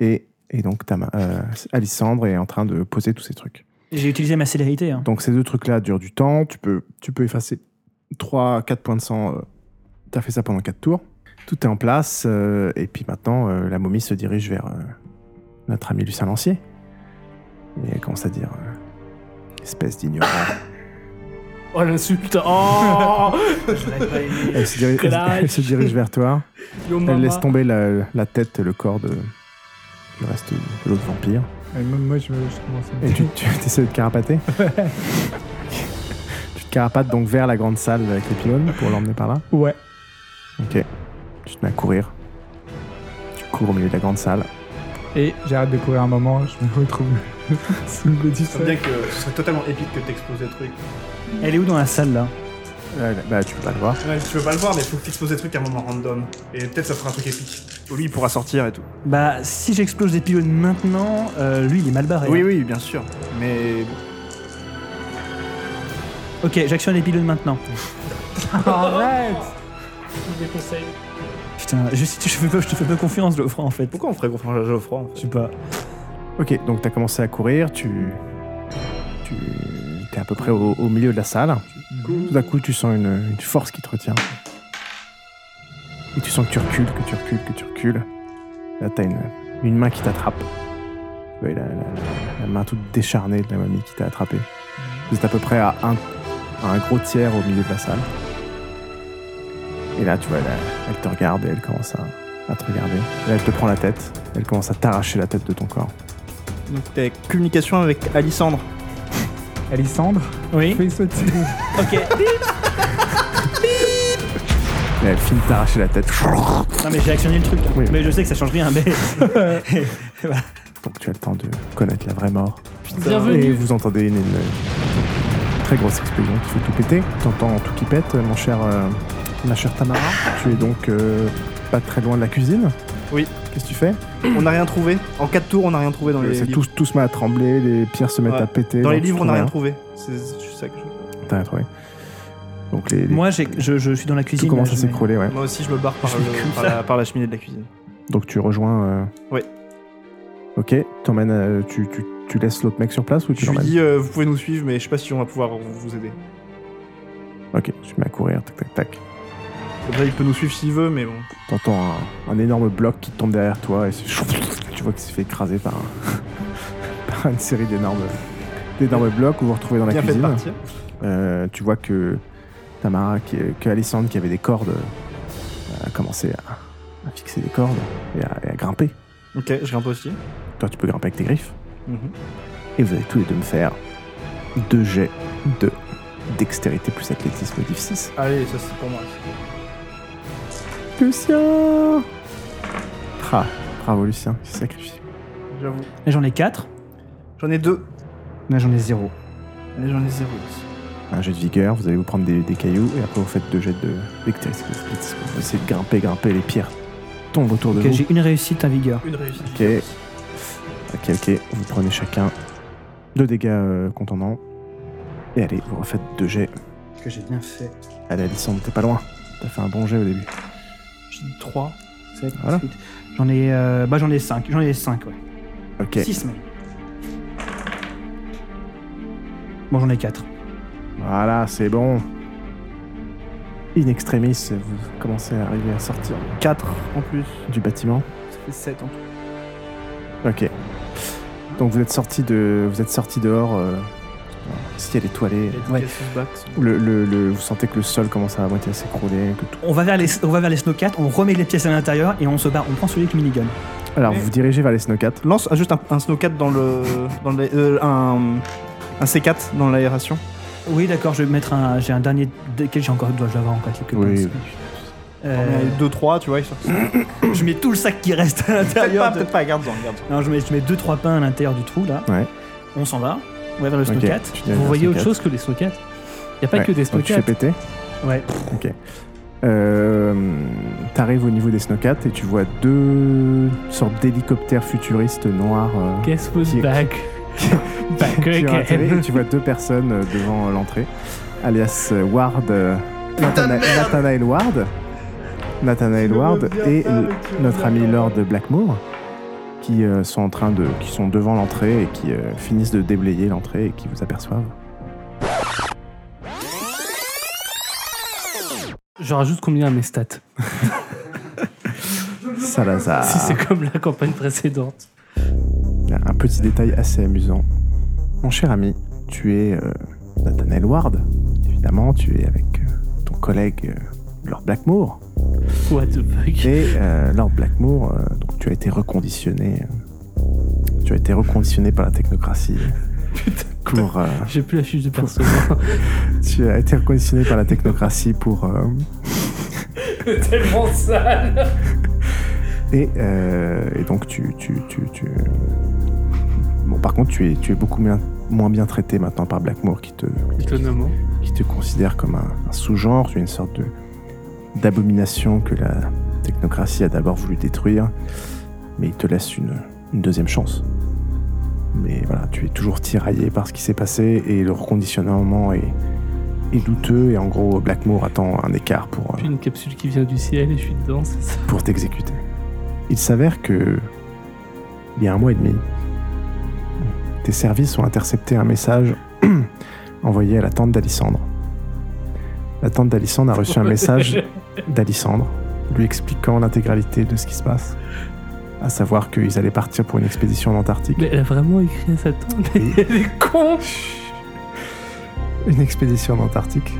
A: Et, et donc, ta, ma- euh, Alissandre est en train de poser tous ces trucs.
D: J'ai utilisé ma célérité. hein.
A: Donc, ces deux trucs-là durent du temps. Tu peux, tu peux effacer 3, 4 points de sang. tu as fait ça pendant 4 tours. Tout est en place. euh, et puis maintenant, euh, la momie se dirige vers, euh, notre ami Lucien Lancier. Il commence à dire euh, Espèce d'ignorant.
E: Oh, l'insulte Oh
D: J'aurais pas aimé.
A: elle, se dirige- elle- elle se dirige vers toi.
E: Yo,
A: Elle
E: mama.
A: laisse tomber la, la tête et le corps de, du reste de l'autre vampire.
C: Et même moi, je, je commence à me
A: Et tu, tu essaies de te carapater Tu te carapates donc vers la grande salle avec les pylônes pour l'emmener par là.
C: Ouais.
A: Ok. Tu te mets à courir. Tu cours au milieu de la grande salle.
C: Et j'arrête de courir un moment, je me retrouve sous le du
B: C'est bien
C: sol.
B: que ce serait totalement épique que t'exploses des trucs.
D: Elle est où dans la salle là
A: Euh, bah, tu peux pas le voir.
B: Ouais, tu peux pas le voir, mais faut que t'exploses des trucs à un moment random. Et peut-être ça fera un truc épique. Lui, il pourra sortir et tout.
D: Bah, si j'explose des pylônes maintenant, euh, lui il est mal barré.
B: Oui,
D: hein.
B: oui, bien sûr. Mais.
D: Ok, j'actionne les pylônes maintenant.
C: Arrête
D: Putain, je, si tu- je, fais pas, je te fais pas confiance, Geoffroy en fait.
B: Pourquoi on ferait confiance à Geoffroy en fait
D: Je sais pas.
A: Ok, donc t'as commencé à courir. Tu. Tu. T'es à peu près au, au milieu de la salle. Tout à coup, tu sens une, une force qui te retient. Et tu sens que tu recules, que tu recules, que tu recules. Là, t'as une, une main qui t'attrape. Tu vois la, la- la main toute décharnée de la mamie qui t'a attrapé. Vous êtes à peu près à un, à un gros tiers au milieu de la salle. Et là, tu vois, elle, elle te regarde et elle commence à, à te regarder. Et là, elle te prend la tête. Elle commence à t'arracher la tête de ton corps.
B: Donc t'es communication avec Alissandre.
C: Alissandre,
D: Oui
C: fais sauter.
D: Ok.
A: Et elle finit de t'arracher la tête.
D: Non mais j'ai actionné le truc. hein.
A: Oui.
D: Mais je sais que ça change rien, mais.
A: Donc, tu as le temps de connaître la vraie mort. Et
E: Bienvenue
A: vous entendez une, une très grosse explosion qui fait tout péter. T'entends tout qui pète, mon cher, euh, ma chère Tamara. Tu es donc euh, pas très loin de la cuisine.
B: Oui.
A: Qu'est-ce que tu fais Euh,
B: On n'a rien trouvé. En 4 tours, on n'a rien trouvé dans les
A: C'est
B: livres.
A: tout, tout se met à trembler, les pierres se mettent
B: Ouais.
A: à péter.
B: Dans les
A: donc tu
B: livres, on
A: trouves
B: n'a rien trouvé. C'est c'est ça que je.
A: T'as rien trouvé. Donc les, les-
D: Moi j'ai- je, je suis dans la
A: tout
D: cuisine.
A: commence à
D: je mets-
A: s'écrouler, ouais.
B: Moi aussi, je me barre par, le- par la, par la cheminée de la cuisine.
A: Donc tu rejoins. euh,
B: Oui.
A: Ok, t'emmènes, euh, tu, tu, tu laisses l'autre mec sur place ou tu
B: Je lui
A: l'emmènes
B: dis, euh, vous pouvez nous suivre, mais je sais pas si on va pouvoir vous aider.
A: Ok, tu te mets à courir, tac tac tac.
B: Comme ça, il peut nous suivre s'il veut, mais bon.
A: T'entends un, un énorme bloc qui tombe derrière toi et c'est- tu vois qu'il s'est fait écraser par, un- par une série d'énormes d'énormes blocs où vous vous retrouvez dans la
B: Bien fait de
A: cuisine.
B: partir.
A: Euh, tu vois que Tamara, qui, que Alessandre qui avait des cordes, euh, a commencé à, à fixer des cordes et à, et à grimper.
B: Ok, je grimpe aussi.
A: Toi, tu peux grimper avec tes griffes.
B: Mhm.
A: Et vous allez tous les deux me faire deux jets de dextérité plus athlétisme div 6.
B: Allez, ça c'est pour moi.
A: Lucien Tra, bravo Lucien, il s'est sacrifié.
B: J'avoue.
D: Mais J'en ai 4.
B: J'en ai deux.
D: Là j'en ai 0.
B: Mais j'en ai zéro aussi.
A: un jet de vigueur, vous allez vous prendre des, des cailloux et après vous faites deux jets de dextérité. Vous essayez de grimper, grimper, les pierres tombent autour de
D: Ok,
A: vous.
D: j'ai une réussite, un vigueur.
B: Une réussite.
A: Ok. Ok, ok, vous prenez chacun deux dégâts euh, contendants. Et allez, vous refaites deux jets.
D: Que j'ai bien fait.
A: Allez, Alissandre, t'es pas loin. T'as fait un bon jet au début.
D: J'ai 3. 7,
A: Voilà.
D: J'en ai. euh, bah j'en ai 5. J'en ai 5, ouais.
A: Ok,
D: 6 même. Bon, j'en ai 4.
A: voilà, c'est bon. In extremis, vous commencez à arriver à sortir
B: 4 en plus.
A: du bâtiment.
B: Ça fait 7 en plus.
A: Ok. Donc vous êtes sorti de, vous êtes sorti dehors. Euh, ciel étoilé.
D: Ouais.
A: Le, le- le- vous sentez que le sol commence à à moitié à s'écrouler. que tout-
D: On va vers les, on va vers les snowcats, on remet les pièces à l'intérieur et on se bat. On prend celui avec le minigun.
A: Alors,
B: Mais-
A: vous vous dirigez vers les snowcats.
B: Lance ah, juste un, un snow 4 dans le. Dans le euh, un, un C4 dans l'aération.
D: Oui, d'accord, je vais mettre un. J'ai un dernier. de- Quel j'ai encore Dois-je l'avoir encore quelques
A: Oui,
D: pinces.
A: oui.
D: Euh,
B: 2-3, tu vois. ils sont-
D: je mets tout le sac qui reste à
B: Peut-être
D: l'intérieur.
B: pas,
D: de-
B: peut-être pas, garde-en, garde-en.
D: Non, je mets, je mets deux trois pains à l'intérieur du trou là.
A: Ouais.
D: On s'en va. On va vers le
A: Ok,
D: snowcat.
A: tu diriges vers
E: Vous
A: les
E: voyez autre
A: snowcats.
E: chose que les snowcats Y'a pas
A: euh, Ouais,
E: que des
A: donc tu fais
E: snowcats.
A: péter.
D: Ouais.
A: Euh, T'arrives au niveau des snowcats et tu vois deux sortes d'hélicoptères futuristes noirs. euh,
E: Guess who's
A: Qui-
E: back Back
A: qui ont atterri et
E: again
A: tu vois deux personnes euh, devant euh, l'entrée, alias euh, Ward, euh, Nathana- Nathanael Ward, Nathanael Ward et l- notre ami Lord Blackmoor, qui euh, sont en train de, qui sont devant l'entrée et qui euh, finissent de déblayer l'entrée et qui vous aperçoivent.
E: Je rajoute combien à mes stats
A: Salazar. Ah.
E: Si c'est comme la campagne précédente.
A: un petit détail assez amusant. Mon cher ami, tu es euh, Nathaniel Ward. Évidemment, tu es avec euh, ton collègue euh, Lord Blackmoor.
E: What the fuck
A: Et euh, Lord Blackmoor, euh, donc, tu as été reconditionné. euh, tu as été reconditionné par la technocratie. pour, euh,
E: J'ai plus la fiche de perso.
A: tu as été reconditionné par la technocratie pour. euh,
E: Tellement sale
A: Et, euh, et donc tu, tu, tu, tu- euh, Bon, par contre, tu es, tu es beaucoup moins, moins bien traité maintenant par Blackmore qui te,
E: Étonnamment.
A: qui te considère comme un, un sous-genre, tu es une sorte de d'abomination que la technocratie a d'abord voulu détruire, mais il te laisse une, une deuxième chance. Mais voilà, tu es toujours tiraillé par ce qui s'est passé et le reconditionnement est, est douteux et en gros, Blackmore attend un écart pour... euh,
E: Puis une capsule qui vient du ciel et je suis dedans, c'est ça.
A: pour t'exécuter. Il s'avère que, il y a un mois et demi, tes services ont intercepté un message envoyé à la tante d'Alissandre. La tante d'Alissandre a reçu un message d'Alissandre lui expliquant l'intégralité de ce qui se passe, à savoir qu'ils allaient partir pour une expédition en Antarctique.
E: Mais elle a vraiment écrit à sa tante.
A: Oui.
E: Elle est con
A: Une expédition en Antarctique.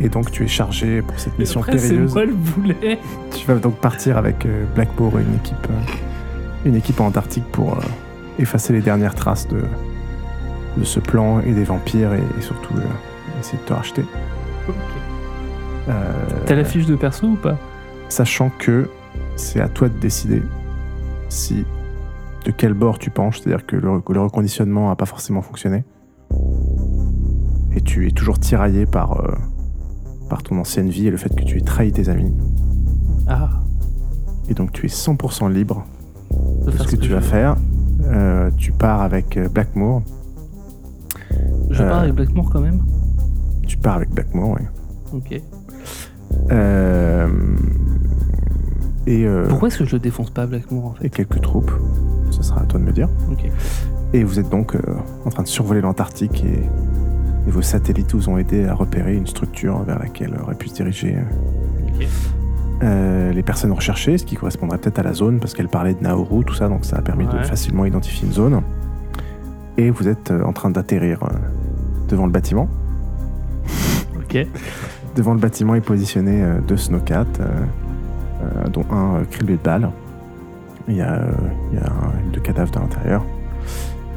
A: Et donc tu es chargé pour cette mission
E: Après, c'est
A: périlleuse.
E: moi le boulet.
A: Tu vas donc partir avec euh, Blackmore et une équipe, euh, une équipe en Antarctique pour euh, effacer les dernières traces de, de ce plan et des vampires et, et surtout euh, essayer de te racheter. Euh,
E: T'as la fiche de perso ou pas
A: sachant que c'est à toi de décider si de quel bord tu penches, c'est-à-dire que le, le reconditionnement n'a pas forcément fonctionné. Et tu es toujours tiraillé par, euh, par ton ancienne vie et le fait que tu aies trahi tes amis.
E: Ah,
A: Et donc tu es 100% libre
E: je peux
A: ce
E: faire
A: que, tu
E: je
A: vas
E: veux.
A: faire. Euh, tu pars avec euh, Blackmore.
E: Je pars
A: Euh,
E: avec Blackmore quand même.
A: Tu pars avec Blackmore, oui.
E: Ok.
A: Euh, et, euh,
E: Pourquoi est-ce que je le défonce pas, Blackmore, en fait
A: et quelques troupes. Ça sera à toi de me dire.
E: Ok.
A: Et vous êtes donc euh, en train de survoler l'Antarctique et, et vos satellites vous ont aidé à repérer une structure vers laquelle auraient pu se diriger euh,
E: Ok.
A: euh, les personnes recherchées, ce qui correspondrait peut-être à la zone parce qu'elle parlait de Nauru, tout ça, donc ça a permis de
E: Ouais.
A: facilement identifier une zone. Et vous êtes euh, en train d'atterrir euh, devant le bâtiment.
E: Ok.
A: Devant le bâtiment est positionné euh, deux snowcats, euh, euh, dont un euh, criblé de balles. Il y a, euh, il y a un- deux cadavres à l'intérieur.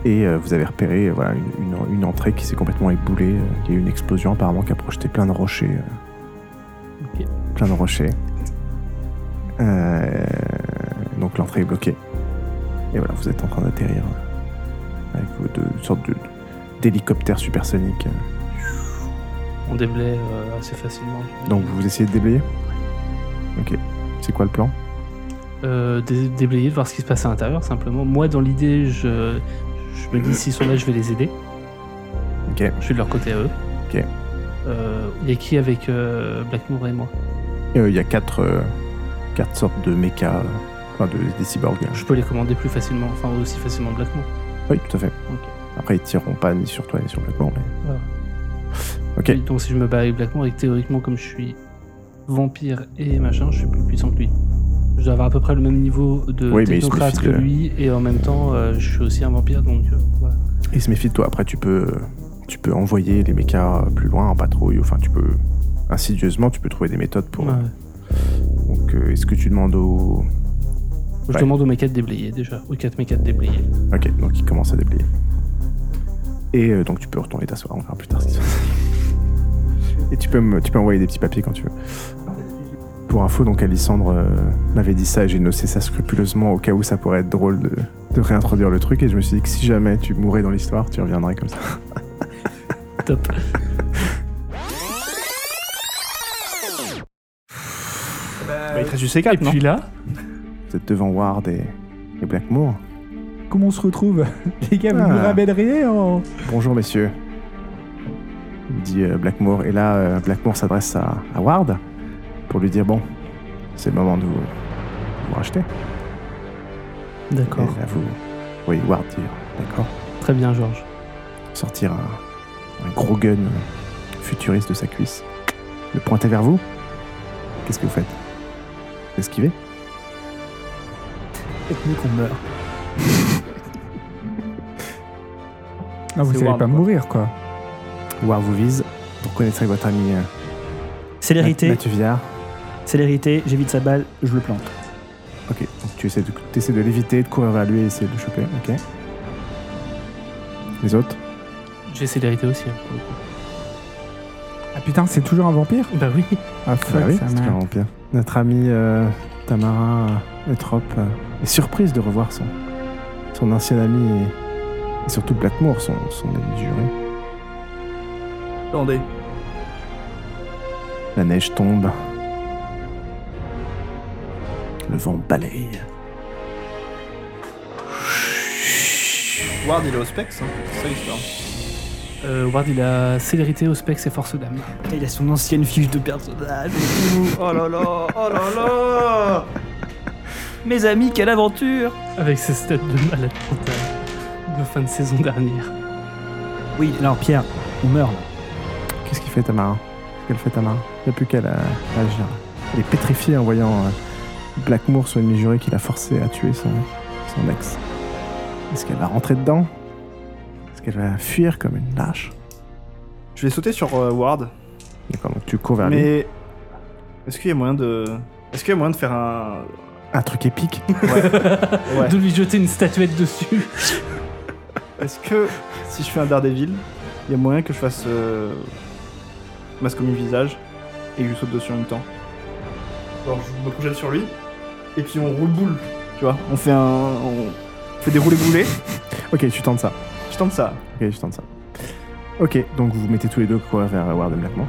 A: Et euh, vous avez repéré euh, voilà, une, une- une entrée qui s'est complètement éboulée. euh, Il y a eu une explosion apparemment qui a projeté plein de rochers. euh,
E: Ok.
A: Plein de rochers. Euh, donc l'entrée est bloquée. Et voilà, vous êtes en train d'atterrir euh, avec vos deux sortes de- d'hélicoptères supersoniques. euh.
E: On déblaye euh, assez facilement. j'imagine.
A: Donc vous essayez de déblayer Ok. C'est quoi le plan
E: Euh, dé- déblayer, voir ce qui se passe à l'intérieur, simplement. Moi, dans l'idée, je, je me dis, s'ils sont là, je vais les aider.
A: Euh. Ok.
E: Je suis de leur côté à eux.
A: Ok.
E: Euh, Il y a qui avec euh, Blackmore et moi
A: Il y a quatre, euh, quatre sortes de mechas, euh, enfin de, des cyborgs. euh,
E: Je peux les commander plus facilement, enfin aussi facilement que Blackmore.
A: Oui, tout à fait.
E: Ok.
A: Après, ils tireront pas ni sur toi ni sur le corps, mais Ok.
E: Oui, Donc si je me bats avec Blackmore et que théoriquement, comme je suis vampire et machin, je suis plus puissant que lui. Je dois avoir à peu près le même niveau de
A: Oui, mais il se euh.
E: technocrate
A: méfie
E: que
A: de-
E: lui, et en même temps, euh, je suis aussi un vampire, donc euh, voilà.
A: ils se méfient de toi. Après, tu peux, euh, tu peux envoyer les mechas euh, plus loin en patrouille. Enfin, tu peux insidieusement, tu peux trouver des méthodes pour.
E: Ouais.
A: Donc, euh, est-ce que tu demandes au
E: Je
A: Ouais.
E: demande aux mechas de déblayer déjà, aux 4 mechas de déblayer.
A: Ok, donc il commence à déblayer. Et euh, donc tu peux retourner t'asseoir, on verra plus tard ce qui se passe. Et tu peux, me, tu peux envoyer des petits papiers quand tu veux. Pour info, donc Alissandre euh, m'avait dit ça et j'ai noté ça scrupuleusement au cas où ça pourrait être drôle de, de réintroduire le truc. Et je me suis dit que si jamais tu mourais dans l'histoire, tu reviendrais comme ça.
E: Top.
B: Bah, il te reste du C4, non
E: là
A: Vous êtes devant Ward et, et Blackmore.
C: Comment on se retrouve Les gars, vous
A: Ah.
C: nous ramèneriez en...
A: Bonjour messieurs, dit euh, Blackmore. Et là, euh, Blackmore s'adresse à, à Ward pour lui dire bon, c'est le moment de vous, vous racheter. Et
E: D'accord.
A: là, vous voyez Ward dire d'accord,
E: Très bien, Georges.
A: sortir un, un gros gun futuriste de sa cuisse, le pointer vers vous. Qu'est-ce que vous faites Esquiver
D: peut-être mieux qu'on meure.
C: Non, vous
B: C'est
C: n'allez
B: warm,
C: pas
B: quoi.
C: mourir, quoi.
A: War vous vise. Vous reconnaîtrez votre ami euh, Mat-
D: Célérité,
A: Mathieu Villard.
D: célérité, j'évite sa balle, je le plante.
A: Ok, donc tu essaies de, t'essaies de l'éviter, de courir vers lui et essayer de le choper. Ok. Les autres
E: J'ai célérité aussi. hein, pour le coup.
C: Ah putain, c'est toujours un vampire
E: Bah oui.
C: Ah
A: Bah
C: fuck,
A: oui,
C: ça
A: c'est
C: m'a...
A: clairement pire. Notre ami euh, Tamara euh, Eutrope euh, est surprise de revoir son, son ancien ami et, et surtout Blackmore, son, son ami juré.
B: Attendez.
A: La neige tombe. Le vent balaye.
B: Ward, il est au specs, hein. C'est ça l'histoire.
E: Euh, Ward, il a célérité, au spec et force d'âme.
D: Putain, il a son ancienne fiche de personnage.
B: Oh là là, oh là là
D: Mes amis, quelle aventure
E: Avec ses stats de malade mental de fin de saison dernière.
D: Oui, alors Pierre, on meurt.
A: Qu'est-ce qu'il fait Tamara Qu'est-ce qu'elle fait Tamara Il n'y a plus qu'à la- à agir. Elle est pétrifiée en voyant euh, Blackmore, son ami juré, qui l'a forcé à tuer son, son ex. Est-ce qu'elle va rentrer dedans Est-ce qu'elle va fuir comme une lâche
B: Je vais sauter sur euh, Ward,
A: D'accord, donc tu cours vers lui.
B: mais. Est-ce qu'il y a moyen de. Est-ce qu'il y a moyen de faire un.
A: Un truc épique
B: Ouais.
E: De lui jeter une statuette dessus.
B: Est-ce que si je fais un Daredevil, il y a moyen que je fasse euh, masque comme visage et que je saute dessus en même temps Genre je me projette sur lui et puis on roule boule, tu vois On fait un, on fait des roulés boulés.
A: Ok, tu tentes ça.
B: Je tente ça.
A: Ok, je tente ça. Ok, donc vous vous mettez tous les deux courir vers euh, Warden Blackmore.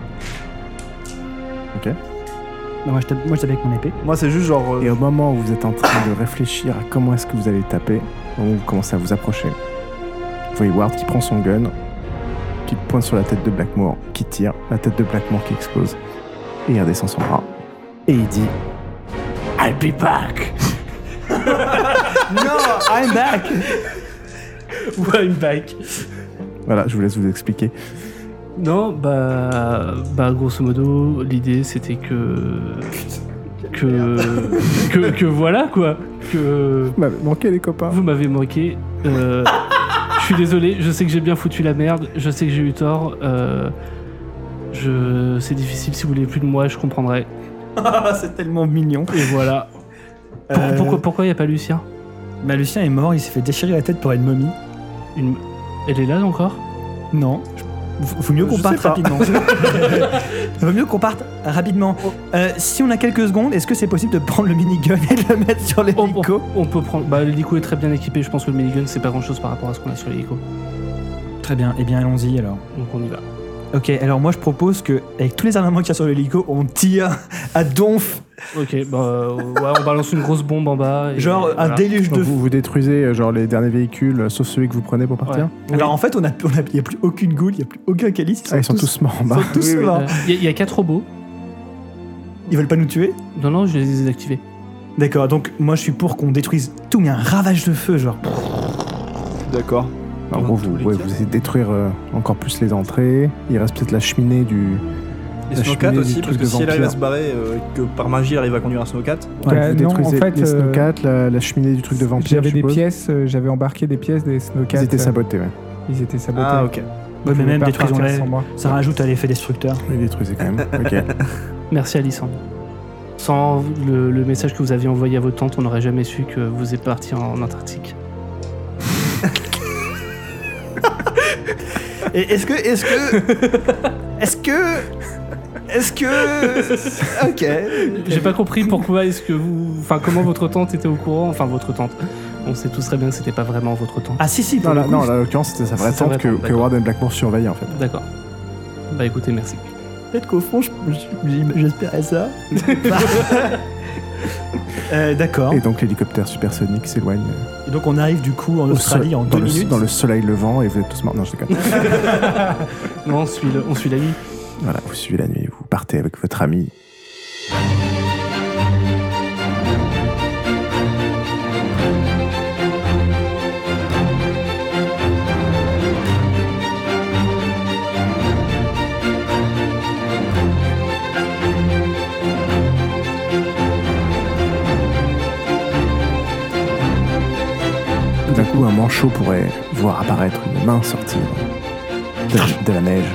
D: Non, moi, je tape, moi, je tape avec mon épée.
B: Moi c'est juste genre euh,
A: Et au moment où vous êtes en train de réfléchir à comment est-ce que vous allez taper, au moment où vous commencez à vous approcher, vous voyez Ward qui prend son gun, qui le pointe sur la tête de Blackmore, qui tire, la tête de Blackmore qui explose, et il redescend son bras. Et il dit I'll be back
D: Non, I'm back
E: Ouais, une bike.
A: Voilà, je vous laisse vous expliquer.
E: Non, bah, bah grosso modo, l'idée c'était que que, que que voilà quoi, que
A: Vous m'avez manqué, Bah, les copains
E: vous m'avez manqué. euh, je suis désolé, je sais que j'ai bien foutu la merde, je sais que j'ai eu tort. euh, je, c'est difficile. Si vous voulez plus de moi, je comprendrai.
D: Ah, C'est tellement mignon.
E: Et voilà. Pour-
D: Euh,
E: Pourquoi pourquoi il y a pas Lucien
D: Bah, Lucien est mort, il s'est fait déchirer la tête pour une momie.
E: Une- Elle est là encore
D: Non. Faut faut mieux qu'on
B: Je
D: parte
B: sais pas.
D: rapidement. Vaut mieux qu'on parte rapidement. Euh, si on a quelques secondes, est-ce que c'est possible de prendre le minigun et de le mettre sur
E: on,
D: l'hélico
E: on- on peut prendre. Bah l'hélico est très bien équipé. Je pense que le minigun c'est pas grand chose par rapport à ce qu'on a sur l'hélico.
D: Très bien, eh bien allons-y alors.
E: Donc on y va.
D: Ok, alors moi je propose que, avec tous les armements qu'il y a sur l'hélico, on tire à donf,
E: Ok, bah euh, ouais, on balance une grosse bombe en bas. et
D: genre
E: voilà.
D: un déluge
A: Donc
D: de
A: vous, vous détruisez euh, genre les derniers véhicules, euh, sauf celui que vous prenez pour partir
E: Ouais.
D: Alors en fait, on a, on a, il n'y a plus aucune goule, il n'y a plus aucun calice.
A: Ah, Ils sont tous morts en
D: ils
A: bas.
D: sont tous
B: Oui, oui.
D: morts.
E: Il y, a quatre robots.
D: Ils veulent pas nous tuer
E: Non, non, je les ai désactivés.
D: D'accord, donc moi je suis pour qu'on détruise tout, mais un ravage de feu, genre.
B: d'accord.
A: En gros, vous, ouais, vous essayez de détruire euh, encore plus les entrées. Il reste peut-être la cheminée du.
B: Et
A: La
B: Snowcat
A: cheminée
B: aussi
A: du
B: parce
A: truc
B: que
A: de
B: si elle arrive à
A: vampire.
B: se barrer euh, que par magie elle arrive à conduire un Snowcat.
A: Donc
C: Ouais,
A: vous
C: Bah, non,
A: détruisez
C: en fait,
A: les
C: euh,
A: snowcats, la, la cheminée du truc de vampire.
C: J'avais
A: je
C: des
A: suppose.
C: pièces, euh, j'avais embarqué des pièces des snowcats.
A: Ils étaient
C: euh,
A: sabotés, ouais.
C: Ils étaient sabotés.
B: Ah ok.
C: Je
D: mais
C: voulais
D: même
C: pas
D: détruisons-les.
C: partir sans moi.
D: Ça rajoute à l'effet destructeur.
A: Ils les détruisaient quand même. Ok.
E: Merci Alissandre. Sans le, le message que vous aviez envoyé à votre tante, on n'aurait jamais su que vous êtes parti en Antarctique.
D: Et est-ce que. Est-ce que. est-ce que. Est-ce que. Ok.
E: J'ai pas compris pourquoi est-ce que vous. Enfin, comment votre tante était au courant. Enfin, votre tante. On sait tous très bien que c'était pas vraiment votre tante.
D: Ah si, si, pour
A: Non,
D: le
A: là,
D: coup,
A: non, là, en l'occurrence, c'était sa vraie
E: C'est sa
A: tante
E: vraie
A: que,
E: tante,
A: que
E: d'accord.
A: Warden Blackmore surveillait en fait.
E: D'accord. Bah écoutez, merci.
D: Peut-être qu'au fond, je- je- j'espérais ça. Euh, D'accord.
A: Et donc l'hélicoptère supersonique s'éloigne euh,
D: Et donc on arrive du coup en
A: au
D: Australie
A: sol-
D: en
A: dans,
D: deux
A: le,
D: minutes.
A: dans le soleil levant et vous êtes tous morts. Non, je déconne.
E: Non, on suit, le- on suit la nuit.
A: voilà, vous suivez la nuit, vous partez avec votre ami. Pancho pourrait voir apparaître une main sortir de- de la neige.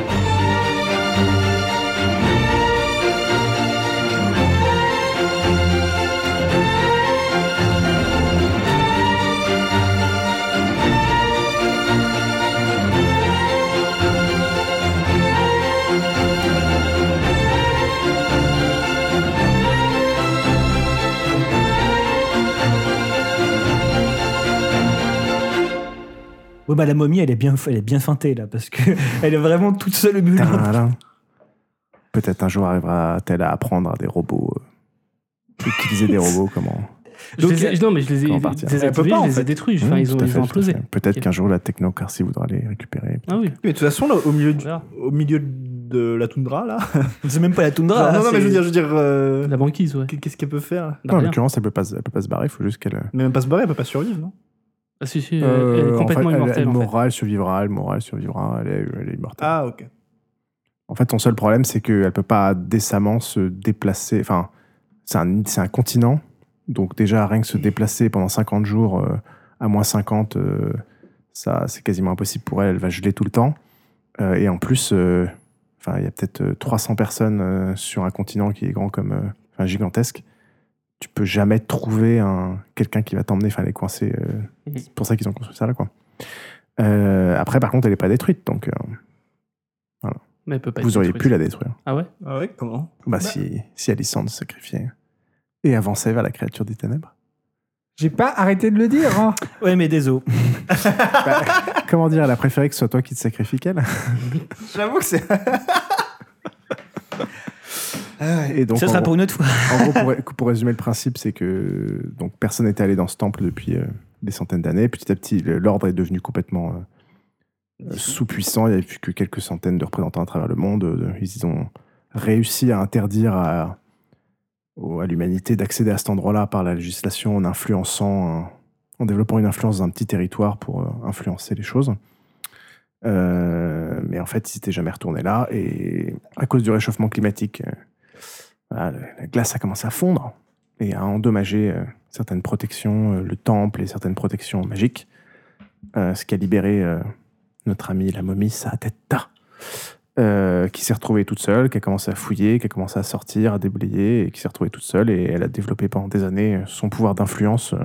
D: Ouais, bah la momie, elle est bien, elle est bien feintée là, parce que elle est vraiment toute seule au milieu.
A: Tadam. Peut-être un jour arrivera-t-elle à apprendre à des robots, euh, utiliser des robots comment.
E: Je
D: Donc,
E: les ai- non, mais je les ai
A: Comment partir
E: désactivés,
B: Elle peut pas,
E: je
B: en
E: les ai
B: fait.
E: détruits. Enfin,
A: Mmh,
E: ils ont,
A: tout à
E: ils
A: fait,
E: ont
A: tout à
E: implosé.
A: fait. Peut-être
E: Ok.
A: qu'un jour la technocratie voudra les récupérer.
E: Ah oui.
B: Mais de toute façon, là, au milieu, du-
E: Voilà.
B: au milieu de la toundra, là.
D: C'est même pas la toundra.
B: Genre,
D: là,
B: Ah, non, non, mais
D: c'est-
B: je veux dire, je veux dire. euh,
E: La banquise, ouais.
B: Qu'est-ce qu'elle peut faire
E: Bah,
A: non, en
E: rien.
A: l'occurrence, elle peut pas, se- elle peut pas se barrer. Il faut juste qu'elle.
B: Mais même pas se barrer, elle peut pas survivre, non
E: Ah, si, si, elle-
A: Euh,
E: elle est complètement
A: en fait, elle-
E: immortelle.
A: Elle,
E: en fait.
A: mourra, elle survivra, elle mourra, elle survivra. Elle est, elle est immortelle.
B: Ah, ok.
A: En fait, son seul problème, c'est qu'elle peut pas décemment se déplacer. Enfin, c'est un, c'est un continent. Donc, déjà, rien que se déplacer pendant 50 jours euh, à moins 50, euh, ça, c'est quasiment impossible pour elle. Elle va geler tout le temps. Euh, et en plus, euh, enfin, il y a peut-être euh, 300 personnes euh, sur un continent qui est grand comme. euh, Enfin, gigantesque. Tu peux jamais trouver un, quelqu'un qui va t'emmener. Enfin, elle est coincée. euh,
E: Mhm.
A: c'est pour ça qu'ils ont construit ça là, quoi. Euh, après, par contre, elle est pas détruite. Donc, euh,
E: Mais elle peut pas
A: vous
E: être
A: auriez
E: détruite.
A: pu la détruire.
E: Ah ouais
B: Ah ouais, comment
A: Bah, si, si Alissandre se sacrifiait et avançait vers la créature des ténèbres.
C: J'ai pas arrêté de le dire. hein.
D: Ouais, mais désolé.
A: Ah, Comment dire, elle a préféré que ce soit toi qui te sacrifie qu'elle.
B: J'avoue que c'est.
A: Et donc,
D: Ça
A: en,
D: Ah sera
A: gros,
D: pour une autre fois.
A: en gros, pour, pour résumer le principe, c'est que donc personne n'était allé dans ce temple depuis euh, des centaines d'années. Petit à petit, le- l'ordre est devenu complètement euh, euh, sous-puissant. Il n'y avait plus que quelques centaines de représentants à travers le monde. Euh, Ils ont réussi à interdire à, au- à l'humanité d'accéder à cet endroit-là par la législation en influençant, un- en développant une influence dans un petit territoire pour euh, influencer les choses. Euh, mais en fait, ils n'étaient jamais retournés là. Et à cause du réchauffement climatique, euh, voilà, la- la glace a commencé à fondre et à endommager euh, certaines protections, euh, le temple et certaines protections magiques. Euh, ce qui a libéré euh, notre amie la momie Saatetta, euh, qui s'est retrouvée toute seule, qui a commencé à fouiller, qui a commencé à sortir, à déblayer, et qui s'est retrouvée toute seule. Et elle a développé pendant des années euh, son pouvoir d'influence euh,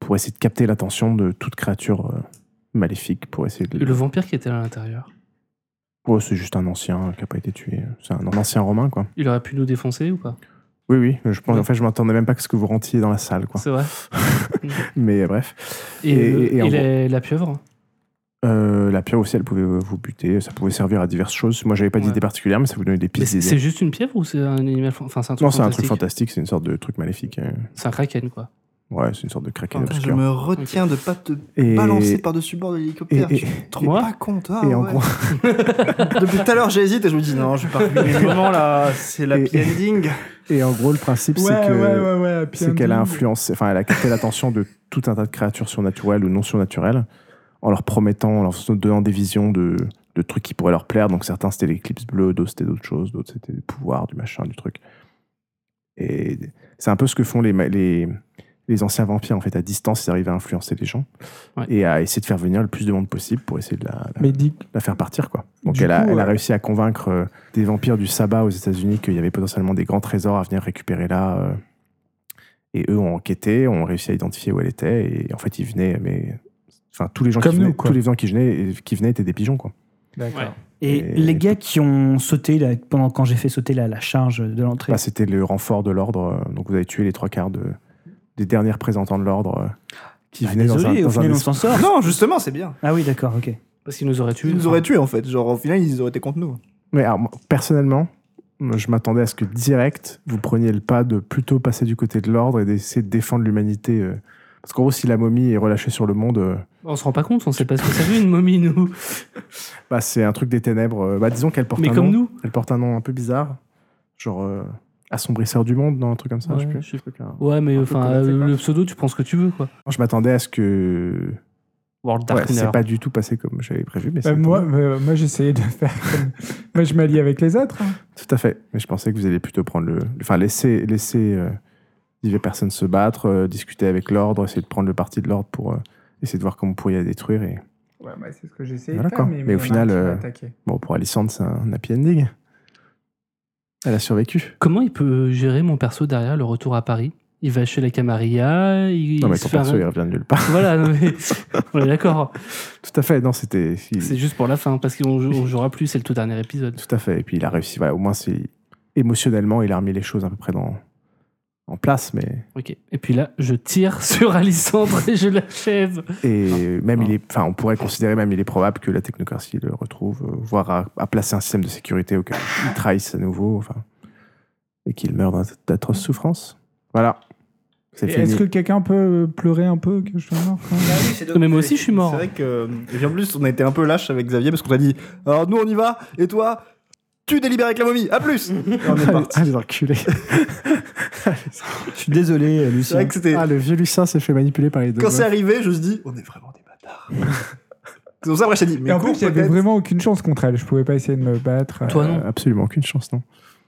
A: pour essayer de capter l'attention de toute créature euh, maléfique, pour essayer de
E: Le vampire qui était à l'intérieur,
A: Oh, c'est juste un ancien qui n'a pas été tué. C'est un ancien romain, quoi.
E: il aurait pu nous défoncer ou pas
A: Oui, oui. Je pense,
E: Ouais.
A: En fait, je m'attendais même pas à ce que vous rentiez dans la salle, quoi.
E: C'est vrai.
A: Mais euh, bref. Ah.
E: Et,
A: Et-
E: le-
A: et- et en
E: et la, la pieuvre hein.
A: Euh, la pierre aussi, elle pouvait euh, vous buter. Ça pouvait servir à diverses choses. Moi, j'avais pas
E: Ouais.
A: d'idée particulière, mais ça vous donnait des
E: Mais
A: pistes
E: C'est
A: d'idées.
E: c'est juste une pieuvre ou c'est un animal fan- Enfin, c'est un truc
A: Non, c'est un truc
E: fantastique.
A: fantastique. C'est une sorte de truc maléfique. euh.
E: C'est un kraken, quoi.
A: Ouais, c'est une sorte de kraken
B: Putain, je
A: obscur.
B: me retiens de pas te
A: Et...
B: balancer par-dessus bord de l'hélicoptère.
A: et- et-
B: Je suis trop
E: Moi
B: pas compte. ah
A: et en gros,
B: Depuis tout à l'heure, j'hésite et je me dis non, je vais pas ruiner le moment là. C'est la
A: Et-
B: happy ending.
A: et en gros, le principe,
C: Ouais,
A: c'est que
C: ouais, ouais, ouais. puis
A: c'est
C: un
A: qu'elle a
C: ding.
A: influencé, enfin, elle a capté l'attention de tout un tas de créatures surnaturelles ou non surnaturelles en leur promettant, en leur donnant des visions de, de trucs qui pourraient leur plaire. Donc certains c'était l'éclipse bleue, d'autres c'était d'autres choses, d'autres c'était des pouvoirs, du machin, du truc. Et c'est un peu ce que font les, ma- les, les anciens vampires en fait. À distance, ils arrivent à influencer les gens
E: Ouais.
A: et à essayer de faire venir le plus de monde possible pour essayer de la, la-
C: Mais dis,
A: la faire partir quoi. Donc
C: Du
A: elle, a,
C: coup,
A: elle a
C: ouais.
A: réussi à convaincre euh, des vampires du sabbat aux États-Unis qu'il y avait potentiellement des grands trésors à venir récupérer là. euh. et eux ont enquêté, ont réussi à identifier où elle était et en fait ils venaient mais enfin tous les gens
C: Comme
A: qui
C: nous,
A: venaient,
C: quoi.
A: tous les gens qui venaient qui venaient étaient des pigeons quoi.
C: d'accord.
E: Ouais.
D: Et,
A: Et-
D: les gars qui ont sauté là, pendant quand j'ai fait sauter la, la charge de l'entrée.
A: Là c'était le renfort de l'ordre euh, donc vous avez tué les trois quarts de des derniers représentants de l'ordre euh, qui
D: Ah,
C: Bah,
A: venaient dans un,
D: désolé,
A: dans
D: au
A: un
D: final, on
A: esprit-
D: s'en sort.
B: Non, justement, c'est bien.
D: Ah oui, d'accord, ok.
E: Parce qu'il nous aurait tués.
B: Ils nous auraient tués en fait. Genre au final, ils auraient été contre nous.
A: Mais alors, moi, personnellement, moi, je m'attendais à ce que direct, vous preniez le pas de plutôt passer du côté de l'ordre et d'essayer de défendre l'humanité. euh. Parce qu'en gros, si la momie est relâchée sur le monde, euh,
E: On se rend pas compte, on sait pas ce que ça veut une momie, nous.
A: bah, c'est un truc des ténèbres. euh, bah, disons qu'elle porte,
E: Mais
A: un
E: comme
A: nom,
E: nous.
A: elle porte un nom un peu bizarre, genre euh, assombrisseur du monde, non, un truc comme ça.
E: Ouais,
A: je sais plus.
E: je sais
A: Un truc, hein.
E: Ouais, mais
A: Un peu
E: enfin,
A: comme la
E: euh,
A: Zebra.
E: le pseudo, tu prends ce que tu veux, quoi.
A: Je m'attendais à ce que.
E: World
A: Ouais,
E: Darkner.
A: c'est pas du tout passé comme j'avais prévu, mais
C: Bah,
A: c'est
C: moi, euh, moi j'essayais de faire. comme- moi, je m'allie avec les autres. hein.
A: Tout à fait. Mais je pensais que vous alliez plutôt prendre le. Enfin, laisser, laisser euh, diverses personnes se battre, euh, discuter avec l'ordre, essayer de prendre le parti de l'ordre pour euh, essayer de voir comment on pourrait la détruire. Et...
C: Ouais, bah, c'est ce que j'ai essayé. de
A: Voilà,
C: faire,
A: quoi.
C: mais,
A: Mais au
C: il y en a
A: final,
C: un qui m'a
A: euh,
C: attaqué.
A: Bon, pour Alicente, c'est un happy ending. Elle a survécu.
E: Comment il peut gérer mon perso derrière le retour à Paris Il va chez la Camarilla, il,
A: non, mais
E: il se
A: ton
E: fait un-
A: perso, il revient de nulle part.
E: Voilà, non, mais- on est d'accord.
A: Tout à fait, non, c'était. il-
E: C'est juste pour la fin, parce qu'on jou- on jouera plus, c'est le tout dernier épisode.
A: Tout à fait. Et puis il a réussi. Voilà, au moins, c'est émotionnellement, il a remis les choses à peu près dans en place. Mais
E: Ok. Et puis là, je tire sur Alissandre et je l'achève.
A: et même
E: Non.
A: il est. Enfin, on pourrait considérer même il est probable que la technocratie le retrouve, euh, voire a, a placé un système de sécurité auquel il trahisse à nouveau. Enfin, et qu'il meurt d'un- d'atroces souffrances. Voilà. C'est
C: Et
A: fini.
C: Est-ce que quelqu'un peut euh, pleurer un peu que je sois mort quand
B: Ah
C: même
E: Mais moi aussi, je suis mort.
B: C'est vrai que. euh, Et puis en plus, on a été un peu lâche avec Xavier parce qu'on t'a dit Alors nous, on y va, et toi, tu délibères avec la momie, à plus Et on est parti.
A: Ah, les enculés.
D: Je suis désolé, euh,
B: C'est
D: Lucien.
B: vrai que c'était.
A: Ah, le vieux Lucien s'est fait manipuler par les deux.
B: Quand c'est arrivé, je me suis dit On est vraiment des bâtards. c'est pour ça, après, je t'ai dit Mais
C: Et en
B: cours,
C: plus, il y avait
B: peut-être.
C: vraiment aucune chance contre elle. Je pouvais pas essayer de me battre. euh,
E: Toi, non.
A: Absolument aucune chance, non.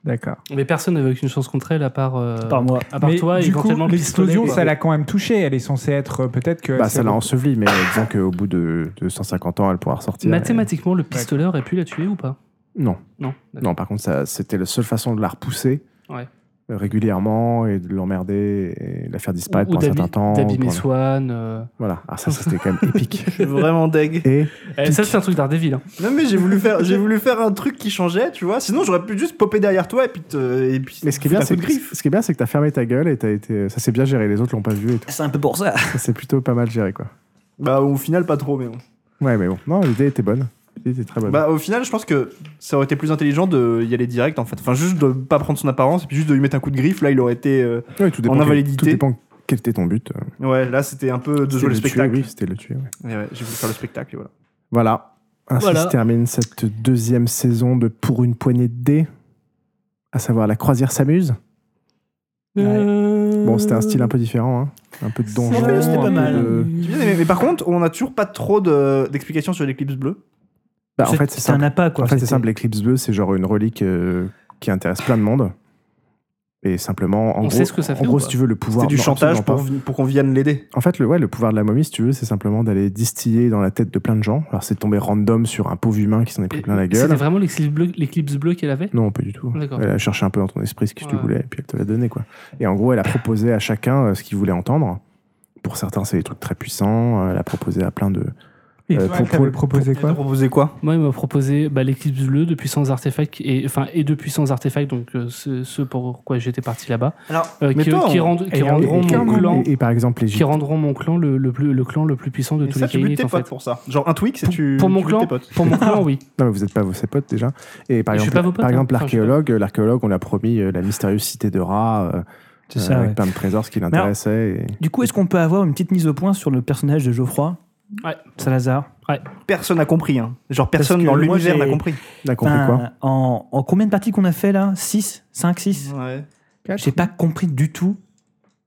C: D'accord.
E: Mais personne n'avait aucune chance contre elle, à part, euh,
D: Par moi.
E: à part
C: Mais
E: toi, et
C: du coup,
E: éventuellement le
C: l'explosion,
E: pistolet,
C: ça
E: quoi.
C: l'a quand même touchée. Elle est censée être euh, peut-être que.
A: Bah,
C: c'est-
A: ça l'a enseveli, mais disons qu'au bout de, de 150 ans, elle pourra ressortir. et-
E: Mathématiquement, le pistolet aurait pu la tuer ou pas
A: Non.
E: Non. d'accord.
A: Non, par contre, ça- c'était la seule façon de la repousser
E: Ouais.
A: euh, régulièrement et de l'emmerder et de la faire disparaître
E: Ou
A: pendant un certain
E: d'habi-
A: temps.
E: d'abîmer
A: pendant-
E: Swan. euh.
A: Voilà, ah, ça, ça, c'était quand même épique.
B: Je suis vraiment deg.
A: Et
E: Eh, ça, c'est un truc d'Ardeville. Hein.
B: Non mais j'ai voulu faire j'ai voulu faire un truc qui changeait, tu vois. Sinon j'aurais pu juste popper derrière toi et puis te et puis
A: mais ce qui est
B: foutre
A: bien,
B: un coup
A: c'est
B: de
A: que,
B: griffe.
A: ce qui est bien, c'est que t'as fermé ta gueule et t'as été, ça s'est bien géré. Les autres l'ont pas vu et tout.
D: C'est un peu pour ça.
A: Ça s'est plutôt pas mal géré, quoi.
B: Bah au final pas trop mais bon.
A: Ouais, mais bon, non, l'idée était bonne. L'idée était très bonne.
B: Bah au final je pense que ça aurait été plus intelligent de y aller direct en fait. Enfin juste de pas prendre son apparence et puis juste de lui mettre un coup de griffe. Là il aurait été euh,
A: Ouais, tout dépend.
B: en
A: quel-
B: invalidité.
A: Tout dépend quel était ton but. euh,
B: ouais là c'était un peu de
A: c'était
B: jouer le
A: tuer,
B: spectacle.
A: oui, c'était le tuer. ouais.
B: Et ouais, j'ai voulu faire le spectacle et voilà.
A: Voilà. Ainsi
E: Voilà.
A: se termine cette deuxième saison de Pour une poignée de dés, à savoir la croisière s'amuse. Euh, Bon, c'était un style un peu différent, hein. un peu de donjon.
D: vrai, Mmh. c'était
A: un
D: pas
A: peu
D: mal. Mmh.
A: de-
B: J'ai bien aimé. mais par contre on a toujours pas trop de- d'explications sur l'éclipse bleue.
A: Bah, en fait, c'est
D: c'est un
A: simple.
D: appât, quoi.
A: En fait, c'est
D: C'était-
A: simple. L'éclipse bleue, c'est genre une relique euh, qui intéresse plein de monde. Et simplement, en
E: On
A: gros,
E: sait ce que ça fait
A: en
E: ou
A: gros
E: pas
A: si tu veux, le pouvoir.
B: C'était du
A: non,
B: chantage
A: absolument pas.
B: pour, pour qu'on vienne l'aider.
A: En fait, le, ouais, le pouvoir de la momie, si tu veux, c'est simplement d'aller distiller dans la tête de plein de gens. Alors, c'est tombé random sur un pauvre humain qui s'en est pris plein la
E: Et C'était
A: gueule.
E: vraiment l'éclipse bleue, l'éclipse bleue qu'elle avait
A: Non, pas du tout.
E: D'accord.
A: Elle a cherché un peu dans ton esprit ce que tu
E: Ouais.
A: voulais, et puis elle te l'a donné, quoi. Et en gros, elle a proposé à chacun euh, ce qu'il voulait entendre. Pour certains, c'est des trucs très puissants. Euh, Elle a proposé à plein de.
C: Et
A: Euh,
C: toi,
A: pour-
C: t'avais
A: pour-
C: proposé
B: T'as
C: quoi
B: proposé quoi
E: Moi, il m'a proposé bah, l'éclipse bleue de puissants artefacts et, enfin, et de puissants artefacts, donc euh, ce, ce pour quoi j'étais parti là-bas,
D: Alors,
E: euh,
B: Mais
E: qui,
B: toi,
E: qui
B: on-
E: rendent- qui
C: et-
E: rendront
A: et,
C: Prends
E: mon
A: et-
E: clan,
A: et- et par exemple,
E: qui
A: l'Égypte.
E: rendront mon clan le, le plus- le clan le plus puissant de
B: Et
E: tous
B: ça
E: les
B: tu butes
E: caïnites
B: tes
E: en
B: potes
E: fait.
B: pour ça. Genre un Twix et tu
E: pour
B: tu
E: mon
B: butes
E: clan.
B: tes potes.
E: Pour mon clan, oui.
A: Non, mais vous n'êtes pas vos- ses potes déjà. Et par
E: Je suis
A: exemple,
E: pas vos potes,
A: par
E: hein.
A: exemple,
E: Enfin, je sais pas.
A: l'archéologue, euh, l'archéologue, on l'a promis euh, la mystérieuse cité de rats, euh,
D: c'est
A: euh,
D: ça.
A: avec
D: ouais.
A: plein de trésors, ce qui l'intéressait. et-
D: Du coup, est-ce qu'on peut avoir une petite mise au point sur le personnage de Geoffroy
E: Ouais.
D: Salazar.
B: Personne n'a compris hein. Genre personne
D: que
B: dans
D: moi,
B: l'univers
D: j'ai-
B: n'a compris.
A: T'as compris quoi
D: Enfin, euh, en, en combien de parties qu'on a fait là 6 5 6
B: Ouais.
D: J'ai pas compris du tout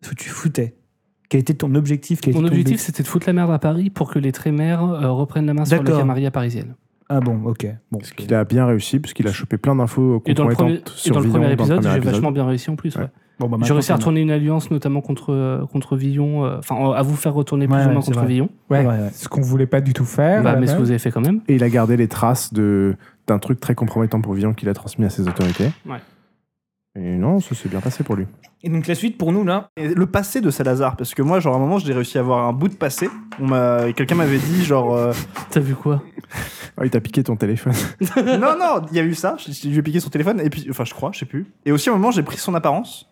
D: ce que tu foutais. Quel était ton objectif quel
E: Mon
D: était ton
E: objectif,
D: but
E: c'était de foutre la merde à Paris pour que les trémères euh, reprennent la main sur la
D: D'accord.
E: Camarilla parisienne.
D: Ah bon, ok. Bon.
A: Parce qu'il a bien réussi, puisqu'il a chopé plein d'infos
E: Et dans, le
A: compromettantes
E: premier, et
A: sur
E: dans le
A: Villon
E: premier épisode, j'ai
A: épisode.
E: vachement bien réussi en plus.
A: Ouais.
E: ouais.
D: Bon, bah,
E: J'ai
D: maintenant,
E: réussi à
D: c'est
E: retourner une alliance, notamment contre, euh, contre Villon, euh, enfin euh, à vous faire retourner plus
D: Ouais,
E: ou
D: ouais,
E: moins
D: c'est
E: contre
D: vrai.
E: Villon.
C: Ouais,
D: Ouais, ouais, ouais.
C: ce qu'on voulait pas du tout faire.
E: Bah,
C: à la
E: mais ce que
C: base.
E: vous avez fait quand même.
A: Et il a gardé les traces de- d'un truc très compromettant pour Villon qu'il a transmis à ses autorités.
E: Ouais.
A: Et non, ça s'est bien passé pour lui.
D: Et donc la suite pour nous là
B: Et le passé de Salazar, parce que moi, genre, à un moment, j'ai réussi à avoir un bout de passé. On m'a, et quelqu'un m'avait dit, genre, euh,
E: T'as vu quoi
A: Ah, il t'a piqué ton téléphone.
B: non, non, il y a eu ça. Je je lui ai piqué son téléphone, et puis, enfin, je crois, je sais plus. Et aussi, à un moment, j'ai pris son apparence,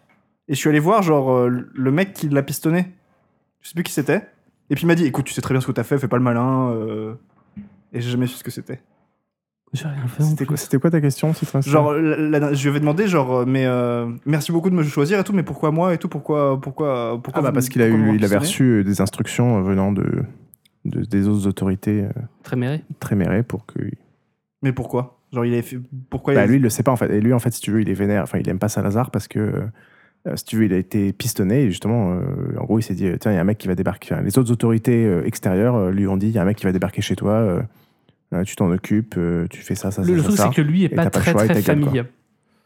B: et je suis allé voir, genre, euh, le mec qui l'a pistonné. Je sais plus qui c'était. Et puis, il m'a dit, écoute, tu sais très bien ce que t'as fait, fais pas le malin. euh. Et j'ai jamais su ce que c'était.
E: J'ai rien fait. en
A: C'était quoi,
E: plus.
A: c'était quoi ta question, Citrin
B: Genre, la- la- je lui avais demandé, genre, euh, mais euh, merci beaucoup de me choisir et tout, mais pourquoi moi et tout, pourquoi, pourquoi, pourquoi
A: Ah bah
B: vous-
A: parce qu'il a
B: pourquoi vous
A: eu,
B: m'avez
A: il avait
B: pistonné
A: reçu euh, des instructions euh, venant de, de- des autres autorités euh,
E: Tréméré.
A: trémérées pour que.
B: Mais pourquoi Genre, il avait fait, pourquoi il
A: Bah
B: avait-
A: lui, il le sait pas en fait. Et lui, en fait, si tu veux, il est vénère. Enfin, il aime pas Salazar parce que. euh, si tu veux, il a été pistonné et justement, euh, en gros, il s'est dit tiens, il y a un mec qui va débarquer. Enfin, les autres autorités euh, extérieures euh, lui ont dit il y a un mec qui va débarquer chez toi, euh, euh, tu t'en occupes, euh, tu fais ça, ça,
E: Le,
A: ça, ça.
E: le truc,
A: ça.
E: c'est que lui est
A: Et
E: pas
A: t'as pas le
E: très
A: choix et
E: très
A: t'as gagné,
E: familier.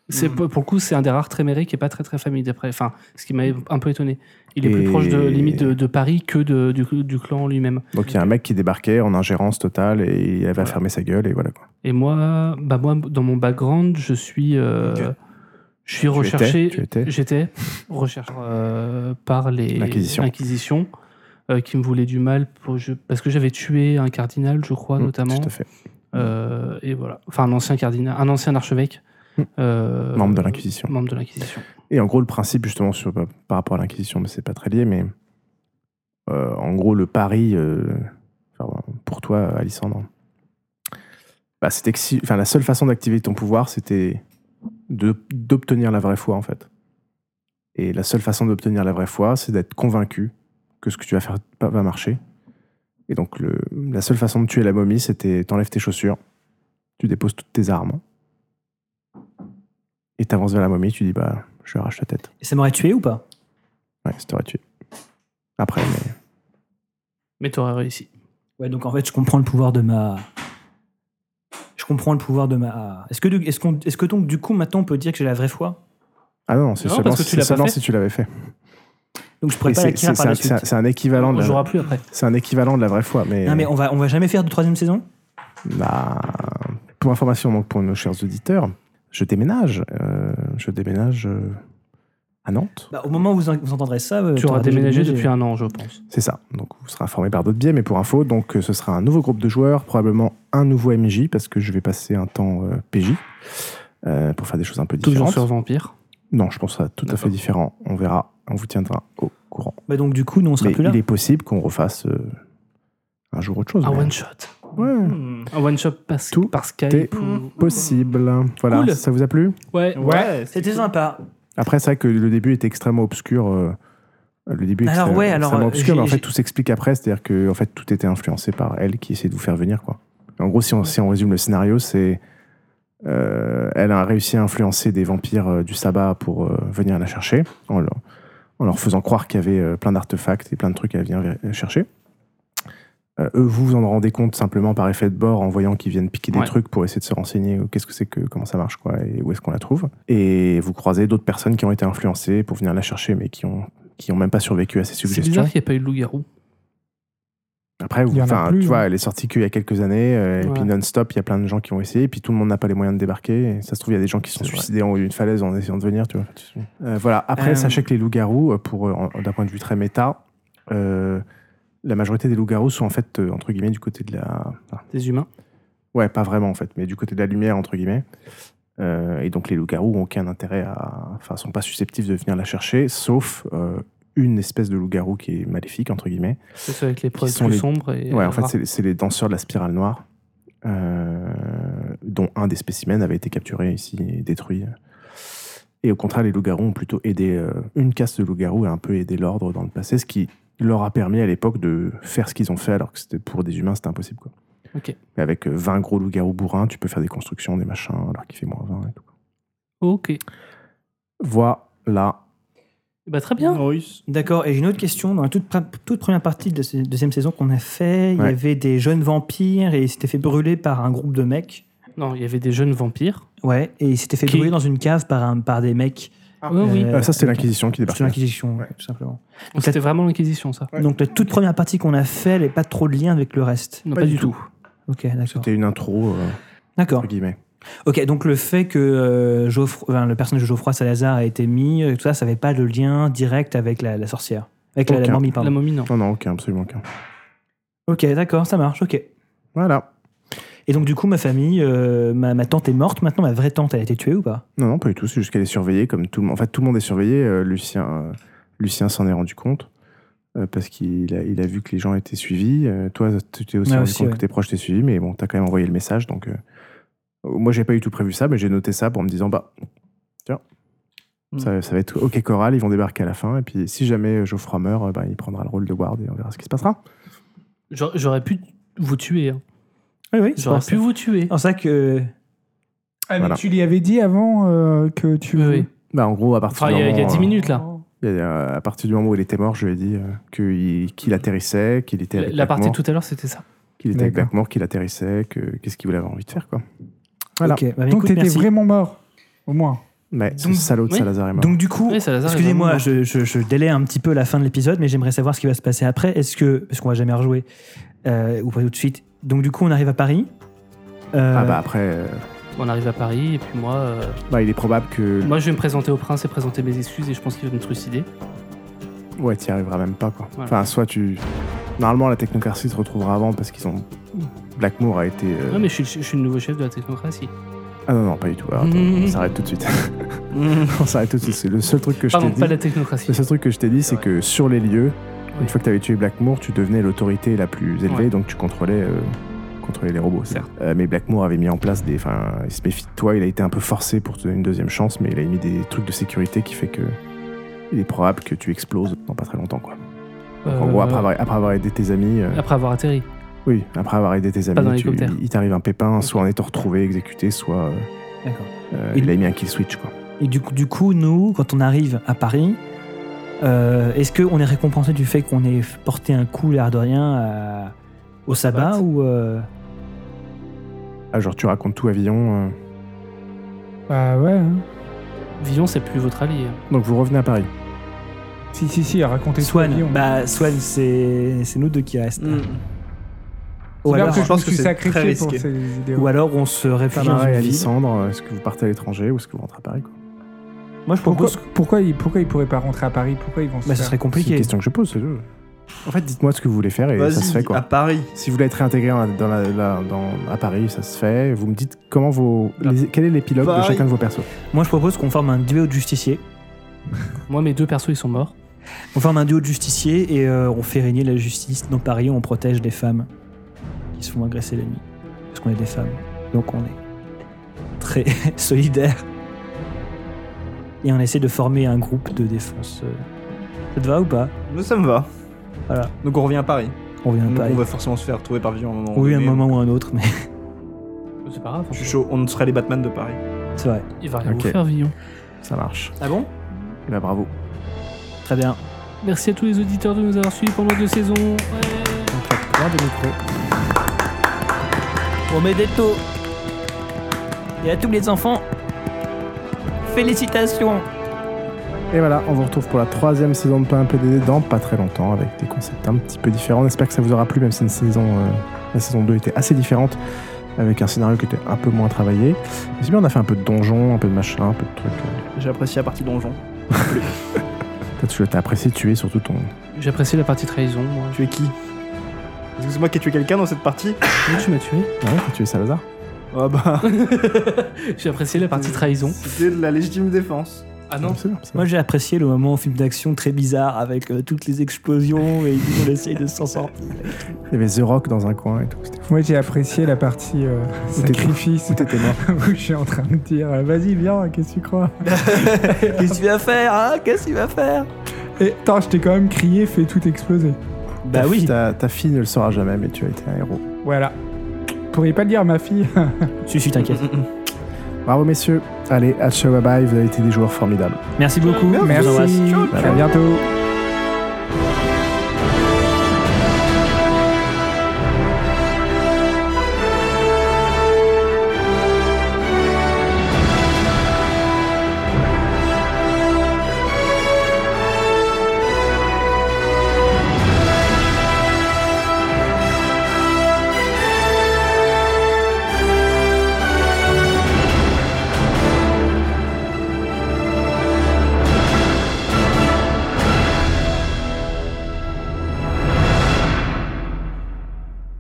E: C'est
B: Mhm.
E: pour pour le coup, c'est un des rares Tréméré qui est pas très très famille d'après. Enfin, ce qui m'avait un peu étonné. Il est
A: Et-
E: plus proche de limite de, de Paris que de, du, du clan lui-même.
A: Donc il y a un mec qui débarquait en ingérence totale et il avait à
E: Ouais.
A: fermer sa gueule et voilà quoi.
E: Et moi, bah moi, dans mon background, je suis, euh,
A: Ok.
E: je suis
A: étais,
E: recherché.
A: tu étais.
E: J'étais recherché euh, par les
A: L'Inquisition.
E: l'Inquisition, euh, qui me voulait du mal pour- je- parce que j'avais tué un cardinal, je crois
A: Mm,
E: notamment.
A: Tout à fait.
E: Euh, et voilà, enfin un ancien cardinal, un ancien archevêque,
A: Mm.
E: euh,
A: Membre de l'Inquisition.
E: Membre de l'Inquisition.
A: Et en gros, le principe, justement, sur, par rapport à l'Inquisition, mais c'est pas très lié, mais euh, en gros, le pari, euh, enfin, pour toi, euh, Alissandre, bah, c'était que si- enfin, la seule façon d'activer ton pouvoir, c'était de- d'obtenir la vraie foi, en fait. Et la seule façon d'obtenir la vraie foi, c'est d'être convaincu que ce que tu vas faire pas- va marcher. Et donc, le- la seule façon de tuer la momie, c'était t'enlèves tes chaussures, tu déposes toutes tes armes, et t'avances vers la momie, tu dis, bah, je lui arrache la tête.
D: Et ça m'aurait tué ou pas
A: Ouais, ça t'aurait tué. Après, mais
E: Mais t'aurais réussi.
D: Ouais, donc en fait, je comprends le pouvoir de ma. Je comprends le pouvoir de ma. Est-ce que, du- est-ce qu'on- est-ce que donc, du coup, maintenant, on peut dire que j'ai la vraie foi
A: ah non, c'est
E: Non,
A: seulement,
E: parce que tu
A: c'est
E: l'as pas
A: seulement
E: fait.
A: si tu l'avais fait.
D: Donc, je
A: Et
D: pourrais pas
A: c'est-
D: l'acquérir
A: c'est-
D: par la
A: C'est
D: suite.
A: un- c'est euh, un équivalent
E: On
A: de la,
E: jouera plus après.
A: c'est un équivalent de la vraie foi, mais,
D: Non, mais on va, on va jamais faire de troisième saison
A: bah, pour information donc pour nos chers auditeurs, je déménage, euh, je déménage euh, à Nantes,
D: Bah, Au moment où vous, en- vous entendrez ça. euh,
E: Tu auras
D: t'auras déjà
E: déménagé depuis un an, je pense.
A: c'est ça. Donc vous serez informé par d'autres biais, mais pour info, donc euh, ce sera un nouveau groupe de joueurs, probablement un nouveau MJ parce que je vais passer un temps euh, PJ euh, pour faire des choses un peu
E: Toujours
A: différentes.
E: sur Vampire.
A: Non, je pense que ça va être tout à fait
E: D'accord.
A: différent. On verra, on vous tiendra au courant.
D: Bah, donc, du coup, nous, on sera
A: Mais
D: plus là. Ah,
A: il est possible qu'on refasse euh, un jour autre chose.
E: Un
A: mais
E: one shot.
A: Ouais,
E: Un one shot par,
A: Tout
E: par Skype.
B: est-
E: ou-
A: possible. Voilà,
E: Cool.
A: ça vous a plu
E: Ouais.
B: Ouais,
D: C'était sympa.
A: Après, c'est vrai que le début était extrêmement obscur. euh, le début est
D: Alors,
A: extrêmement-
D: ouais, alors,
A: extrêmement
D: euh,
A: obscur,
D: j'ai-
A: mais en fait,
D: j'ai-
A: tout s'explique après. C'est-à-dire que en fait, tout était influencé par elle qui essayait de vous faire venir. Quoi. En gros, si on, si on résume le scénario, c'est. euh, elle a réussi à influencer des vampires euh, du sabbat pour euh, venir la chercher, en leur, en leur faisant croire qu'il y avait euh, plein d'artefacts et plein de trucs à venir ver- chercher. Euh, eux, vous vous en rendez compte simplement par effet de bord en voyant qu'ils viennent piquer
E: Ouais.
A: des trucs pour essayer de se renseigner euh, qu'est-ce que c'est que, comment ça marche, quoi, et où est-ce qu'on la trouve. Et vous croisez d'autres personnes qui ont été influencées pour venir la chercher, mais qui ont, qui ont même pas survécu à ces
E: C'est
A: suggestions.
E: bizarre qu'il n'y ait pas eu de loup-garou.
A: Après, vous,
C: Il y en a
A: enfin,
C: plus,
A: tu vois,
C: hein.
A: elle est sortie qu'il y a quelques années, euh, et
E: Ouais.
A: puis non-stop, il y a plein de gens qui ont essayé, et puis tout le monde n'a pas les moyens de débarquer. Et ça se trouve, il y a des gens qui se sont
E: C'est vrai.
A: suicidés en haut d'une falaise en essayant de venir, tu vois. Euh, voilà. Après,
D: Euh,
A: sachez que les loups-garous, euh, pour euh, en- d'un point de vue très méta, euh, la majorité des loups-garous sont en fait, euh, entre guillemets, du côté de la. enfin,
E: Des humains.
A: Ouais, pas vraiment en fait, mais du côté de la lumière, entre guillemets. Euh, et donc les loups-garous ont aucun intérêt à. Enfin, sont pas susceptibles de venir la chercher, sauf euh, une espèce de loup-garou qui est maléfique, entre guillemets.
E: C'est ceux avec les poils
A: sont
E: plus
A: les-
E: sombres. Et
A: ouais, en fait,
E: rares.
A: c'est- c'est les danseurs de la spirale noire, euh, dont un des spécimens avait été capturé ici et détruit. Et au contraire, les loups-garous ont plutôt aidé. euh, une caste de loups-garous a un peu aidé l'ordre dans le passé, ce qui leur a permis à l'époque de faire ce qu'ils ont fait, alors que c'était pour des humains, c'était impossible. Quoi.
E: Ok.
A: Mais avec euh, 20 gros loups-garous bourrins, tu peux faire des constructions, des machins, alors qu'il fait moins 20 et tout.
E: Ok.
A: Voilà.
E: Bah, très bien.
B: Noise.
D: D'accord, et j'ai une autre question. Dans la toute, pre- toute première partie de la se- deuxième saison qu'on a fait, il y
A: Ouais.
D: avait des jeunes vampires et ils s'étaient fait brûler par un groupe de mecs.
E: Non, il y avait des jeunes vampires.
D: Ouais, et ils s'étaient fait
E: Qui-
D: brûler dans une cave par, un, par des mecs.
E: Ouais, oui.
A: Euh, ça, c'était l'Inquisition qui
D: C'était
A: débarquait.
D: l'Inquisition,
A: Ouais.
D: tout simplement.
E: C'était vraiment l'Inquisition, ça.
A: Ouais.
D: Donc la toute première partie qu'on a fait, elle n'est pas trop de lien avec le reste.
E: Non, pas, du tout.
D: Ok, d'accord.
A: C'était une intro, euh,
D: D'accord.
A: entre guillemets.
D: Ok, donc le fait que euh, Geoffroy- enfin, le personnage de Geoffroy Salazar a été mis, euh, tout ça, ça n'avait pas de lien direct avec la, la sorcière. Avec la, la
A: Aucun.
D: momie,
E: La
D: pardon.
E: momie, non.
A: Non, non, aucun, absolument aucun.
D: Ok, d'accord, ça marche, ok.
A: Voilà.
D: Et donc, du coup, ma famille, euh, ma, ma tante est morte. Maintenant, ma vraie tante, elle a été tuée ou pas
A: Non, non, pas du tout. C'est juste qu'elle est surveillée comme tout le monde. En fait, tout le monde est surveillé. Euh, Lucien, euh, Lucien s'en est rendu compte euh, parce qu'il a, il a vu que les gens étaient suivis. Euh, toi, tu t'es aussi
E: Ah,
D: Ouais,
A: rendu
D: aussi,
A: compte
D: ouais.
A: que tes proches t'es suivis, mais bon, t'as quand même envoyé le message. Donc, euh, moi, j'ai pas du tout prévu ça, mais j'ai noté ça pour me disant, bah, tiens,
B: Hmm.
A: ça, ça va être OK Coral, ils vont débarquer à la fin. Et puis, si jamais Geoffroy meurt, euh, bah, il prendra le rôle de Ward et on verra ce qui se passera.
E: J'aurais j'aurais pu vous tuer. hein.
D: Oui, oui,
E: J'aurais pu vous tuer.
D: En ça que.
C: Ah, mais
A: Voilà.
C: tu lui avais dit avant euh, que tu.
E: Oui, oui.
A: Bah, en gros, à partir
E: Enfin,
A: du
E: il y a- il y a
A: moment,
E: 10
D: Oh.
A: euh,
E: minutes, là.
A: Et,
D: Bah,
A: euh, à partir du moment où il était mort, je lui ai dit euh, que- qu'il atterrissait, qu'il était
E: La,
A: avec
E: la partie
A: Blackmore,
E: tout à l'heure, c'était ça.
A: qu'il était avec
C: D'accord.
A: Blackmore, qu'il atterrissait, que qu'est-ce qu'il voulait avoir envie de faire quoi. Voilà.
D: Ok, bah,
C: Donc
D: écoute,
C: t'étais
D: merci.
C: vraiment mort, au moins.
A: Ouais, ce
D: Donc-
A: salaud de
E: oui.
A: Salazar est mort.
D: Donc du coup,
E: Oui, Salazar est
D: excusez-moi,
E: vraiment
D: je, je, je délaie un petit peu la fin de l'épisode, mais j'aimerais savoir ce qui va se passer après. Est-ce que parce qu'on va jamais rejouer euh, ou pas tout de suite. Donc du coup, on arrive à Paris. Euh,
A: Ah bah après, euh,
E: On arrive à Paris et puis moi, euh,
A: bah, il est probable que...
E: moi je vais me présenter au prince et présenter mes excuses et je pense qu'il va me trucider.
A: Ouais, t'y arriveras même pas, quoi.
E: Voilà.
A: Enfin, soit tu... Normalement, la technocratie se retrouvera avant parce qu'ils ont... Blackmoor a été... euh,
E: Non mais je suis, je suis le nouveau chef de la technocratie.
A: Ah non, non, pas du tout. Alors, attends,
E: Mhm.
A: on s'arrête tout de suite.
B: Mmh.
A: on s'arrête tout de suite. C'est le seul truc que je t'ai
E: Pardon,
A: dit.
E: pas de la technocratie.
A: Le seul truc que je t'ai dit, c'est
B: Ouais.
A: que sur les lieux,
E: Ouais.
A: une fois que tu avais tué Blackmoor, tu devenais l'autorité la plus élevée,
E: Ouais.
A: donc tu contrôlais, euh, contrôlais les robots.
E: Certes.
A: Euh, mais Blackmoor avait mis en place des. Enfin, il se méfie de toi, il a été un peu forcé pour te donner une deuxième chance, mais il a mis des trucs de sécurité qui fait que. Il est probable que tu exploses dans pas très longtemps, quoi. En
E: Euh,
A: gros, après avoir, après avoir aidé tes amis. euh,
E: après avoir atterri.
A: oui, après avoir aidé tes
E: dans
A: amis, tu-
E: l'hélicoptère.
A: il t'arrive un pépin, soit en étant retrouvé, exécuté, soit. euh,
D: D'accord.
A: euh,
D: Il-
A: il a mis un kill switch, quoi.
D: Et du coup, du coup, nous, quand on arrive à Paris, euh, est-ce qu'on est récompensé du fait qu'on ait porté un coup l'air de rien à- au sabat
E: Sabat.
D: ou euh,
A: Ah, genre, tu racontes tout à Villon. euh.
C: Bah ouais. hein.
E: Villon, c'est plus votre allié.
A: Donc, vous revenez à Paris.
C: Si, si, si, racontez tout à
D: Swan
C: Lyon.
D: Bah Swan, c'est c'est nous deux qui restons.
A: Mmh.
D: Ou
C: C'est là
D: alors,
C: que
B: je pense
C: je
B: que
C: me suis
B: Mm. c'est
C: sacrifié
B: très
C: pour
B: risqué.
C: ces idées.
D: ou alors on se réfugie dans
A: Tamaray,
D: une ville.
A: Alissandre, euh, est-ce que vous partez à l'étranger ou est-ce que vous rentrez à Paris quoi
D: Moi, je
C: Pourquoi,
D: propose.
C: pourquoi, ils, pourquoi ils pourraient pas rentrer à Paris Pourquoi ils vont se
D: Bah,
C: faire-
D: ce serait
A: C'est une
D: compliqué.
A: question que je pose. c'est tout. En fait, dites-moi ce que vous voulez faire et ça se fait
B: Vas-y, ah.
A: quoi.
B: à Paris.
A: Si vous voulez être réintégré dans la- dans la- la- dans- à Paris, ça se fait. Vous me dites comment vos, les- quel est l'épilogue de
B: Paris.
A: chacun de vos persos.
D: Moi, je propose qu'on forme un duo de justiciers.
E: Moi, mes deux persos, ils sont morts.
D: On forme un duo de justiciers et euh, on fait régner la justice dans Paris. On protège les femmes qui se font agresser la nuit. Parce qu'on est des femmes. Donc on est très solidaires. Et on essaie de former un groupe de défense. euh. Ça te va ou pas
B: Mais ça me va.
D: Voilà.
B: Donc on revient à Paris.
D: On revient
B: Donc
D: pas.
B: on va forcément se faire trouver par Villon à un moment.
D: Oui, à un
B: donné.
D: moment ou à un autre, mais
E: C'est pas grave.
B: Je suis chaud, on serait les Batman de Paris.
D: c'est vrai.
E: Il va rien
A: Ok.
E: vous faire, Villon.
A: Ça marche.
D: Ah bon
A: Eh ben, bravo.
D: Très bien.
E: Merci à tous les auditeurs de nous avoir suivis pendant deux saisons. Ouais.
D: On claque droit de micro. On met des taux. Et à tous les enfants, félicitations
A: Et voilà, on vous retrouve pour la troisième saison de Pain PDD dans pas très longtemps avec des concepts un petit peu différents. On espère que ça vous aura plu, même si une saison, euh, la saison 2 était assez différente, avec un scénario qui était un peu moins travaillé. Mais c'est bien, on a fait un peu de donjon, un peu de machin, un peu de trucs. euh.
B: J'ai apprécié la partie donjon.
A: Peut-être que t'as apprécié tuer surtout ton.
E: J'ai apprécié la partie trahison. Moi.
B: Tu es qui Est-ce que c'est moi qui ai tué quelqu'un dans cette partie
E: Comment tu m'as tué
A: Ah ouais, t'as tué Salazar
B: Ah bah.
E: J'ai apprécié la partie trahison.
B: C'était de la légitime défense.
E: Ah non
A: c'est bien, c'est bien.
D: Moi j'ai apprécié le moment film d'action très bizarre avec euh, toutes les explosions et on essaye de s'en sortir.
A: Il y avait The Rock dans un coin et tout. C'était fou.
C: Moi j'ai apprécié la partie euh,
A: t'étais-
C: sacrifice
A: Tout était mort.
C: où je suis en train de dire euh, vas-y viens qu'est-ce que tu crois
D: Qu'est-ce qu'il va faire
B: Ah,
D: hein Qu'est-ce qu'il va faire
C: Et attends je t'ai quand même crié fais tout exploser.
D: Bah
A: Ta-
D: oui,
A: Ta, ta fille ne le saura jamais, mais tu as été un héros.
C: Voilà. Pourriez pas le dire à ma fille.
D: si si t'inquiète.
A: Bravo, messieurs. Allez, à ciao, bye bye. Vous avez été des joueurs formidables.
D: Merci Bah, beaucoup. Je vous embrasse.
C: Merci. À
A: Ciao.
C: bientôt.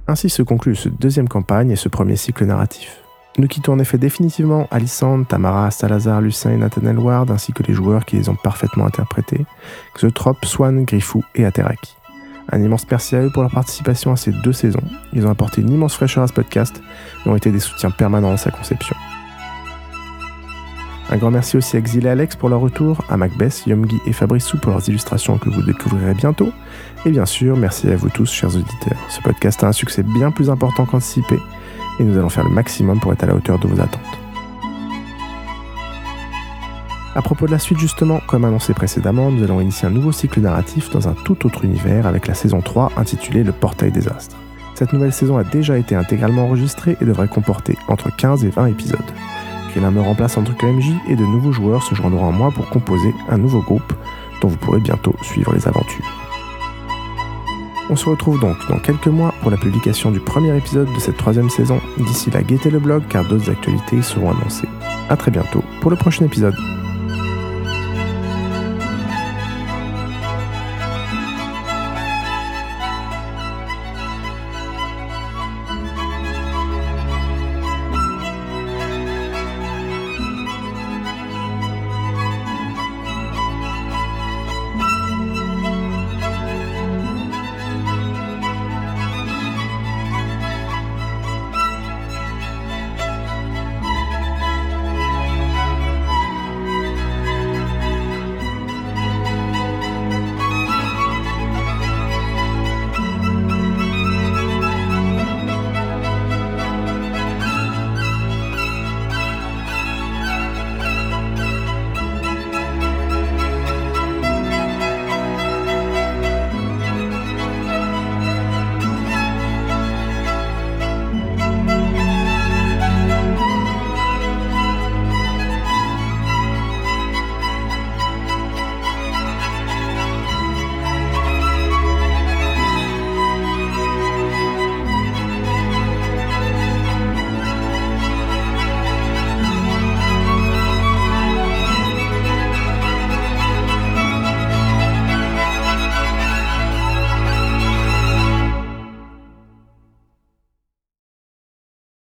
A: Ainsi se conclut cette deuxième campagne et ce premier cycle narratif. Nous quittons en effet définitivement Alissandre, Tamara, Salazar, Lucin et Nathaniel Ward, ainsi que les joueurs qui les ont parfaitement interprétés, Xotrop, Swan, Griffou et Ateraki. Un immense merci à eux pour leur participation à ces deux saisons. Ils ont apporté une immense fraîcheur à ce podcast et ont été des soutiens permanents à sa conception. Un grand merci aussi à Xil et Alex pour leur retour, à Macbeth, Yomgi et Fabrissou pour leurs illustrations que vous découvrirez bientôt, et bien sûr, merci à vous tous, chers auditeurs. Ce podcast a un succès bien plus important qu'anticipé, et nous allons faire le maximum pour être à la hauteur de vos attentes. À propos de la suite, justement, comme annoncé précédemment, nous allons initier un nouveau cycle narratif dans un tout autre univers avec la saison 3 intitulée Le Portail des Astres. Cette nouvelle saison a déjà été intégralement enregistrée et devrait comporter entre 15 et 20 épisodes. Quelqu'un me remplace en tant que MJ et de nouveaux joueurs se joindront à moi pour composer un nouveau groupe dont vous pourrez bientôt suivre les aventures. On se retrouve donc dans quelques mois pour la publication du premier épisode de cette troisième saison. D'ici là, guettez le blog car d'autres actualités seront annoncées. A très bientôt pour le prochain épisode.